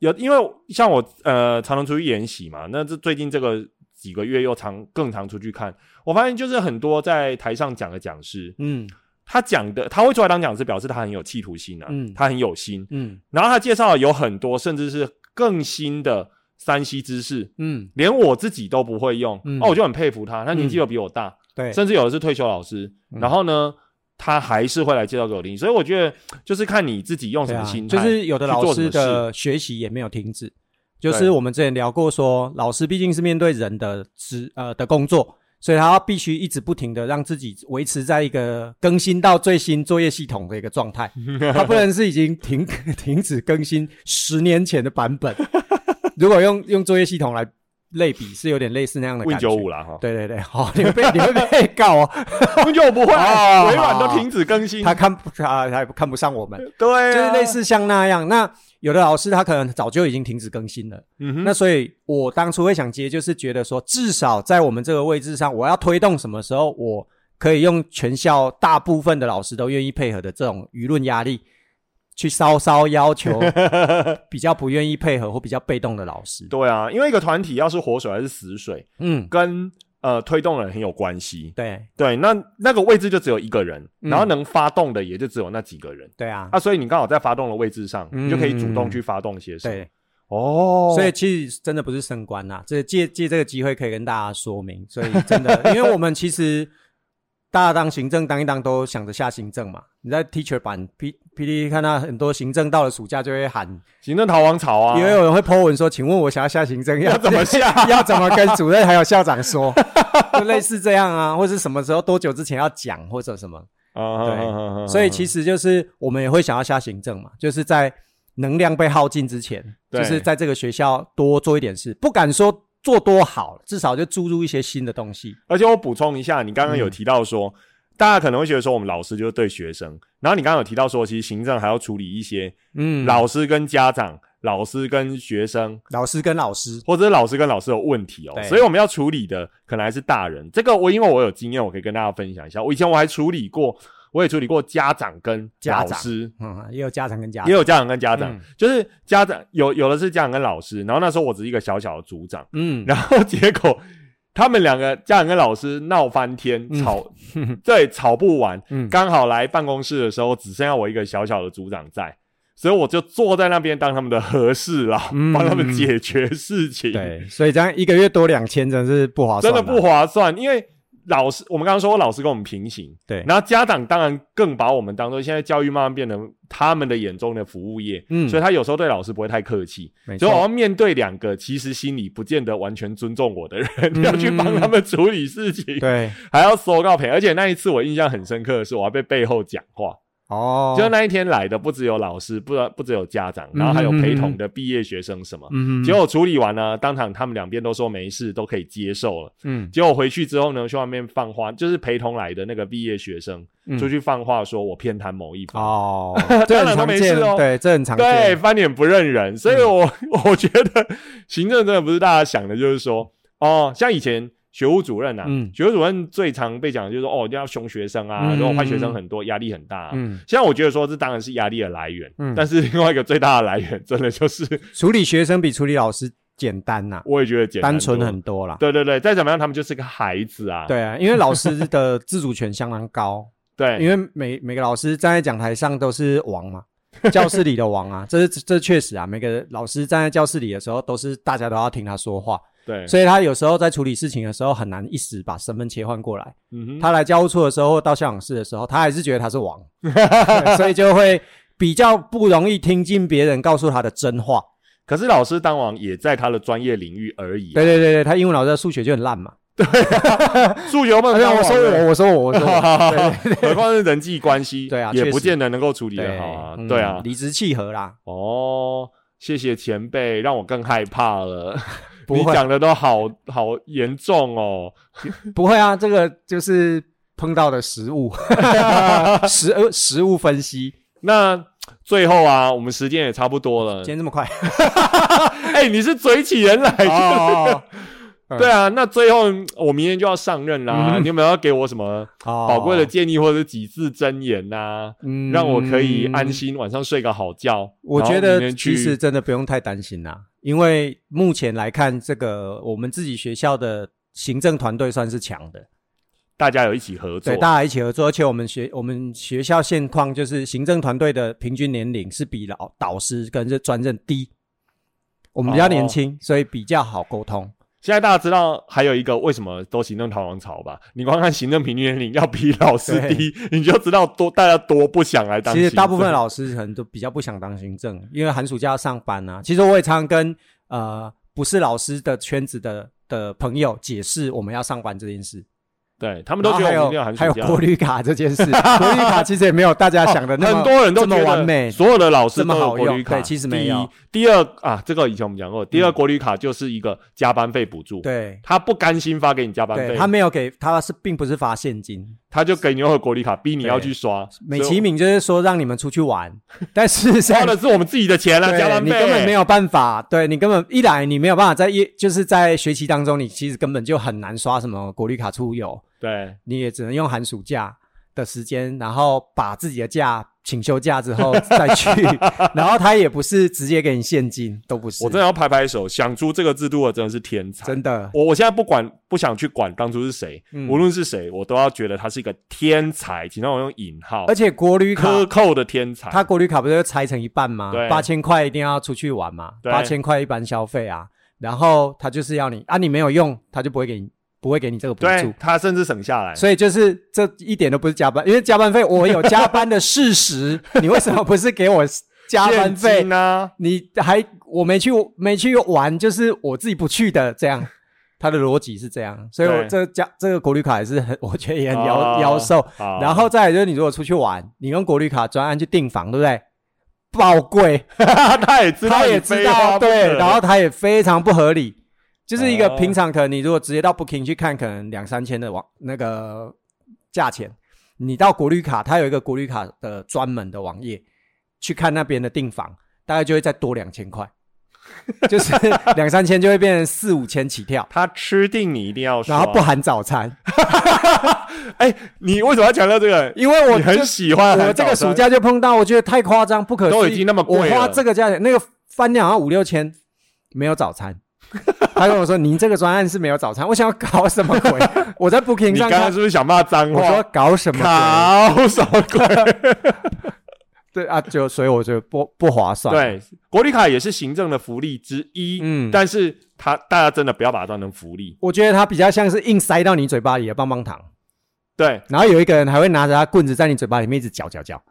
Speaker 1: 有，因为像我呃常常出去研习嘛，那这最近这个几个月又常更常出去看，我发现就是很多在台上讲的讲师，
Speaker 2: 嗯
Speaker 1: 他讲的他会出来当讲师，表示他很有企图心啊，
Speaker 2: 嗯
Speaker 1: 他很有心，
Speaker 2: 嗯
Speaker 1: 然后他介绍了有很多，甚至是更新的山西知识，
Speaker 2: 嗯，
Speaker 1: 连我自己都不会用。
Speaker 2: 嗯
Speaker 1: 哦，我就很佩服他，他年纪又比我大，
Speaker 2: 对，
Speaker 1: 甚至有的是退休老师。
Speaker 2: 嗯
Speaker 1: 然后呢，他还是会来介绍给我听，所以我觉得就是看你自己用
Speaker 2: 对
Speaker 1: 什么
Speaker 2: 啊
Speaker 1: 心态。
Speaker 2: 就是有的
Speaker 1: 去做
Speaker 2: 老
Speaker 1: 什
Speaker 2: 师
Speaker 1: 么
Speaker 2: 的学习也没有停止，就
Speaker 1: 对
Speaker 2: 是我们之前聊过说，老师毕竟是面对人的职呃的工作，所以他要必须一直不停的让自己维持在一个更新到最新作业系统的一个状 态，他不能是已经停 停止更新十年前的版本。如果用用作业系统来类比，是有点类似那样的
Speaker 1: ，Win
Speaker 2: 感觉。
Speaker 1: 九五啦 哈
Speaker 2: 对对对，好，你会被你会被告 哦，
Speaker 1: ，Win 九五不会，
Speaker 2: 哦
Speaker 1: 微软都
Speaker 2: 好
Speaker 1: 停止更新。
Speaker 2: 他看不他他看不上我们。
Speaker 1: 对啊，
Speaker 2: 就是类似像那样。那有的老师他可能早就已经停止更新了，
Speaker 1: 嗯哼，
Speaker 2: 那所以我当初会想接，就是觉得说，至少在我们这个位置上，我要推动什么时候，我可以用全校大部分的老师都愿意配合的这种舆论压力，去稍稍 要求比较不愿意配合或比较被动的老师。
Speaker 1: 对啊，因为一个团体要是活水还是死水，
Speaker 2: 嗯，
Speaker 1: 跟呃推动人很有关系。
Speaker 2: 对
Speaker 1: 对，那那个位置就只有一个人，
Speaker 2: 嗯
Speaker 1: 然后能发动的也就只有那几个人。
Speaker 2: 对啊，
Speaker 1: 啊，所以你刚好在发动的位置上，
Speaker 2: 嗯
Speaker 1: 你就可以主动去发动些什么。
Speaker 2: 对，
Speaker 1: 哦，
Speaker 2: 所以其实真的不是升官啦，这借借这个机会可以跟大家说明，所以真的， 因为我们其实大家当行政当一当都想着下行政嘛，你在 teacher 版 P P D 看到很多行政到了暑假就会喊，
Speaker 1: 行政逃亡潮啊，
Speaker 2: 也有人会 po 文说，请问我想要下行政 要
Speaker 1: 要 怎么下？
Speaker 2: 要怎么跟主任还有校长说，就类似这样啊，或是什么时候多久之前要讲或者什么，
Speaker 1: 嗯对
Speaker 2: 所以其
Speaker 1: 实
Speaker 2: 实就是我们也会想要下行政嘛，就是在能量被耗尽之前，
Speaker 1: 对
Speaker 2: 就是在这个学校多做一点事，不敢说做多好，至少就注入一些新的东西。
Speaker 1: 而且我补充一下，你刚刚
Speaker 2: 嗯
Speaker 1: 有提到说，大家可能会觉得说我们老师就是对学生，然后你刚刚有提到说，其实行政还要处理一些
Speaker 2: 嗯，
Speaker 1: 老师跟家长、老师跟学生，
Speaker 2: 老师跟老师，
Speaker 1: 或者是老师跟老师有问题哦
Speaker 2: 对，
Speaker 1: 所以我们要处理的可能还是大人。这个我因为我有经验，我可以跟大家分享一下。我以前我还处理过，我也处理过家长跟
Speaker 2: 家
Speaker 1: 老
Speaker 2: 长
Speaker 1: 师。
Speaker 2: 嗯，也有家长跟家
Speaker 1: 也
Speaker 2: 长，
Speaker 1: 有家长跟家长，
Speaker 2: 嗯
Speaker 1: 就是家长有有的是家长跟老师，然后那时候我只是一个小小的组长，
Speaker 2: 嗯，
Speaker 1: 然后结果他们两个家长跟老师闹翻天，
Speaker 2: 嗯
Speaker 1: 吵，对，吵不完。
Speaker 2: 嗯
Speaker 1: 刚好来办公室的时候，只剩下我一个小小的组长在，所以我就坐在那边当他们的和事佬，
Speaker 2: 嗯
Speaker 1: 帮他们解决事情。，
Speaker 2: 对，所以这样一个月多两千，真是不划
Speaker 1: 真
Speaker 2: 算，啊
Speaker 1: 的不，划算，因为。老师，我们刚刚说老师跟我们平行，
Speaker 2: 对
Speaker 1: 然后家长当然更把我们当做现在教育慢慢变成他们的眼中的服务业，
Speaker 2: 嗯
Speaker 1: 所以他有时候对老师不会太客气，
Speaker 2: 没
Speaker 1: 所以我
Speaker 2: 错，
Speaker 1: 要面对两个其实心里不见得完全尊重我的人，
Speaker 2: 嗯
Speaker 1: 要去帮他们处理事情，
Speaker 2: 对，
Speaker 1: 还要收告赔。而且那一次我印象很深刻的是，我还被背后讲话。
Speaker 2: 哦，
Speaker 1: 就那一天来的不只有老师，不不只有家长，
Speaker 2: 嗯
Speaker 1: 然后还有陪同的毕业学生什么。
Speaker 2: 嗯，
Speaker 1: 结果我处理完呢，当场他们两边都说没事，都可以接受了。
Speaker 2: 嗯
Speaker 1: 结果回去之后呢，去外面放话，就是陪同来的那个毕业学生、
Speaker 2: 嗯
Speaker 1: 出去放话，说我偏袒某一方。
Speaker 2: 哦，这
Speaker 1: 当然
Speaker 2: 很
Speaker 1: 都
Speaker 2: 常
Speaker 1: 没
Speaker 2: 见
Speaker 1: 事，哦
Speaker 2: 对，这很常
Speaker 1: 对，
Speaker 2: 见，嗯
Speaker 1: 翻脸不认人，所以我、 我觉得行政真的不是大家想的，就是说哦，像以前学务主任啊，
Speaker 2: 嗯
Speaker 1: 学务主任最常被讲的就是说哦，要凶学生啊，
Speaker 2: 嗯
Speaker 1: 然后坏学生很多，压力很大、啊。
Speaker 2: 嗯，
Speaker 1: 现在我觉得说这当然是压力的来源，
Speaker 2: 嗯
Speaker 1: 但是另外一个最大的来源，真的就是
Speaker 2: 处理学生比处理老师简单呐、
Speaker 1: 我也觉得简单
Speaker 2: 单纯
Speaker 1: 多
Speaker 2: 很多啦。
Speaker 1: 对对对，再怎么样他们就是个孩子啊，
Speaker 2: 对啊，因为老师的自主权相当 高，因
Speaker 1: 对，
Speaker 2: 为每每个老师站在讲台上都是王嘛，教室里的王啊，这是这确实啊，每个老师站在教室里的时候都是大家都要听他说话，
Speaker 1: 对，
Speaker 2: 所以他有时候在处理事情的时候很难一时把身份切换过来。
Speaker 1: 嗯哼，
Speaker 2: 他来教务处的时候，到校长室的时候，他还是觉得他是王， 对所以就会比较不容易听进别人告诉他的真 话。
Speaker 1: 可是老师当王也在他的专业领域而已、啊
Speaker 2: 对，对对对，他英文老师的数学就很烂嘛，
Speaker 1: 数学不
Speaker 2: 好
Speaker 1: 能当
Speaker 2: 啊哎像我
Speaker 1: 王
Speaker 2: 说
Speaker 1: 的
Speaker 2: 我，我说我，我说我，对对
Speaker 1: 何况是人际关系，
Speaker 2: 对啊
Speaker 1: 也
Speaker 2: 确
Speaker 1: 不
Speaker 2: 实
Speaker 1: 见得能够处理
Speaker 2: 对
Speaker 1: 得好啊，
Speaker 2: 嗯
Speaker 1: 对啊，
Speaker 2: 理直气和啦，
Speaker 1: 哦，谢谢前辈，让我更害怕了。
Speaker 2: 不
Speaker 1: 你
Speaker 2: 会啊
Speaker 1: 讲的都好好严重哦，
Speaker 2: 不会啊，这个就是碰到的食物，食呃食物分析，
Speaker 1: 那最后啊，我们时间也差不多了
Speaker 2: 今。天这么快，
Speaker 1: 哎、你是嘴起人来的，
Speaker 2: 哦 嗯
Speaker 1: 对啊。那最后嗯我明天就要上任啦，
Speaker 2: 嗯
Speaker 1: 你有没有要给我什么
Speaker 2: 哦
Speaker 1: 宝贵的，建议或者是几字真言呐、
Speaker 2: 嗯
Speaker 1: 让我可以安。心晚上睡个好觉。
Speaker 2: 我
Speaker 1: 然后
Speaker 2: 觉
Speaker 1: 明
Speaker 2: 得
Speaker 1: 天
Speaker 2: 其
Speaker 1: 去
Speaker 2: 实真的不用太担心啦，因为目前来看，这个我们自己学校的行政团队算是强的，
Speaker 1: 大家有一起合作
Speaker 2: 对，，大家一起合作，而且我们学我们学校现况就是行政团队的平均年龄是比老导师跟这专任低，我们比
Speaker 1: 哦
Speaker 2: 较年轻，所以比较好沟通。
Speaker 1: 现在大家知道还有一个为什么都行政逃亡潮吧？你光看行政平均年龄要比老师低， 你就知道多大家多不想来当
Speaker 2: 其
Speaker 1: 行政。
Speaker 2: 实大部分老师可能都比较不想当行政，因为寒暑假要上班啊。其实我也常跟呃不是老师的圈子的的朋友解释我们要上班这件事，
Speaker 1: 对他
Speaker 2: 他
Speaker 1: 们都觉得我们没寒暑
Speaker 2: 还有还
Speaker 1: 假，
Speaker 2: 有过滤卡这件事， 国旅卡其实也没有大家想的那么、
Speaker 1: 很多人都
Speaker 2: 这么
Speaker 1: 觉得
Speaker 2: 完 美
Speaker 1: 所有的老师
Speaker 2: 这么
Speaker 1: 都有
Speaker 2: 好
Speaker 1: 国
Speaker 2: 用
Speaker 1: 旅卡，
Speaker 2: 对其实没有嗯
Speaker 1: 第一。第二啊，这个以前我们讲过，第二国旅卡就是一个加班费补助，
Speaker 2: 对。
Speaker 1: 他不甘心发给你加班
Speaker 2: 对
Speaker 1: 费，
Speaker 2: 他没有给，他是并不是发现金，
Speaker 1: 他就给你有国旅卡，逼你要去刷。
Speaker 2: 美
Speaker 1: 所以
Speaker 2: 其名就是说让你们出去玩， 但事实
Speaker 1: 花
Speaker 2: 上
Speaker 1: 的是我们自己的钱啊，加
Speaker 2: 对
Speaker 1: 班费
Speaker 2: 你根本没
Speaker 1: 有。
Speaker 2: 有办法，对你根本一来你没有办法在一就是在学期当中，你其实根本就很难刷什么国旅卡出游，
Speaker 1: 对，
Speaker 2: 你也只能用寒暑假的时间，然后把自己的假请休假 之后再去，然后他也不是直接给你现金，都不是。
Speaker 1: 我真的要拍拍手，想出这个制度的真的是天才，
Speaker 2: 真的，
Speaker 1: 我我现在不管不想去管当初是谁，
Speaker 2: 嗯
Speaker 1: 无论是谁，我都要觉得他是一个天才，请让我用引号，
Speaker 2: 而且国旅卡
Speaker 1: 克扣的天才。
Speaker 2: 他国旅卡不是拆成一半吗
Speaker 1: 对？
Speaker 2: 八千块一定要出去玩嘛，
Speaker 1: 对
Speaker 2: 八千块一般消费啊，然后他就是要你啊，你没有用，他就不会给你不会给你这个补助
Speaker 1: 对。他甚至省下来，
Speaker 2: 所以就是这一点都不是加班，因为加班费我有加班的事实， 你为什么不是给我加班
Speaker 1: 现
Speaker 2: 费
Speaker 1: 金？啊，
Speaker 2: 你还我没去没去玩，就是我自己不去的这样。他的逻辑是这样，所以我
Speaker 1: 对
Speaker 2: 这加这个国旅卡也是很，我觉得也很妖、
Speaker 1: 啊
Speaker 2: 妖兽。
Speaker 1: 啊
Speaker 2: 然后再来就是，你如果出去玩，你用国旅卡专案去订房，对不对？爆贵，
Speaker 1: 他也知道，
Speaker 2: 他也知道，对，然后他也非常不合理，就是一个
Speaker 1: 哦
Speaker 2: 平常可能你如果直接到 Booking 去看，可能两三千的网那个价钱，你到国旅卡，它有一个国旅卡的专门的网页去看那边的订房，大概就会再多两千块，就是 两三千就会变成四五千起跳，
Speaker 1: 他吃定你一定要说，
Speaker 2: 然后不含早餐，
Speaker 1: 哎，你为什么要强调这个？
Speaker 2: 因为我
Speaker 1: 你
Speaker 2: 就
Speaker 1: 很喜 欢
Speaker 2: 我
Speaker 1: 韩
Speaker 2: 这
Speaker 1: 早
Speaker 2: 个
Speaker 1: 餐
Speaker 2: 暑假就碰到，我觉得太夸张，不可思议。
Speaker 1: 都已经那么贵
Speaker 2: 我
Speaker 1: 了
Speaker 2: 花这个价钱，那个饭量好啊像五六千，没有早餐。 他跟我说：“您这个专案是没有早餐。”我想要搞什么鬼？ 我在 Booking
Speaker 1: 你
Speaker 2: 上
Speaker 1: 刚刚
Speaker 2: 看
Speaker 1: 是，不是想骂脏
Speaker 2: 我说
Speaker 1: 话？
Speaker 2: 搞什么鬼？
Speaker 1: 搞什么鬼？
Speaker 2: 对啊，就所以我觉得不不划算。，
Speaker 1: 对，国旅卡也是行政的福利之一，
Speaker 2: 嗯
Speaker 1: 但是它大家真的不要把它当成福利。
Speaker 2: 我觉得它比较像是硬塞到你嘴巴里的棒棒糖，
Speaker 1: 对，
Speaker 2: 然后有一个人还会拿着他棍子在你嘴巴里面一直嚼嚼 嚼，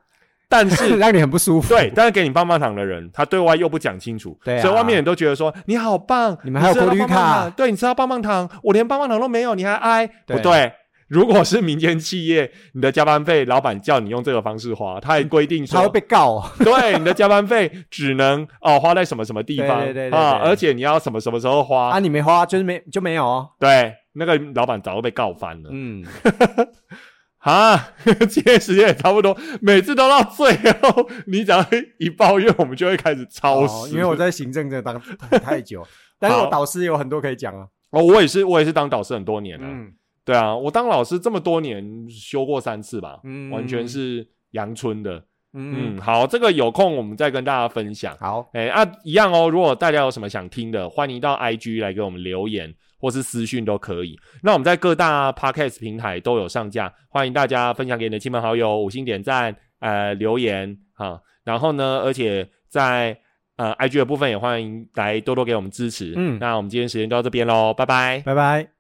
Speaker 1: 但 是
Speaker 2: 让你很不舒服。
Speaker 1: 对，但是给你棒棒糖的人，他对外又不讲清楚，
Speaker 2: 对啊
Speaker 1: 所以外面人都觉得说你好棒，
Speaker 2: 你们还有
Speaker 1: 吃到
Speaker 2: 国旅卡
Speaker 1: 棒棒糖对你吃到棒棒糖，我连棒棒糖都没有，你还挨？
Speaker 2: 对
Speaker 1: 不对。如果是民间企业，你的加班费，老板叫你用这个方式花，他还规定
Speaker 2: 他
Speaker 1: 说
Speaker 2: 会，被告哦。
Speaker 1: 对你的加班费只能哦花在什么什么地方
Speaker 2: 对对对对
Speaker 1: 啊，
Speaker 2: 对
Speaker 1: 而且你要什么什么时候花，
Speaker 2: 啊，你没花就是没就没有哦。
Speaker 1: 对，那个老板早就被告翻了。
Speaker 2: 嗯，
Speaker 1: 啊， 今天时间也差不多，每次都到最后， 你只要一抱怨，我们就会开始超时。
Speaker 2: 哦，因为我在行政这当 太久，但是我
Speaker 1: 好
Speaker 2: 导师有很多可以讲啊。
Speaker 1: 哦，我也是，我也是当导师很多年了、
Speaker 2: 嗯
Speaker 1: 对啊，我当老师这么多年，修过三次吧，
Speaker 2: 嗯
Speaker 1: 完全是阳春的。
Speaker 2: 嗯
Speaker 1: 嗯，好，这个有空我们再跟大家分享。
Speaker 2: 好，
Speaker 1: 哎啊，一样哦。如果大家有什么想听的，欢迎到 IG 来给我们留言，或是私讯都可以。那我们在各大 Podcast 平台都有上架，欢迎大家分享给你的亲朋好友，五星点赞，呃，留言哈。然后呢，而且在呃 IG 的部分也欢迎来多多给我们支持。
Speaker 2: 嗯
Speaker 1: 那我们今天时间就到这边喽，拜拜。
Speaker 2: 拜拜。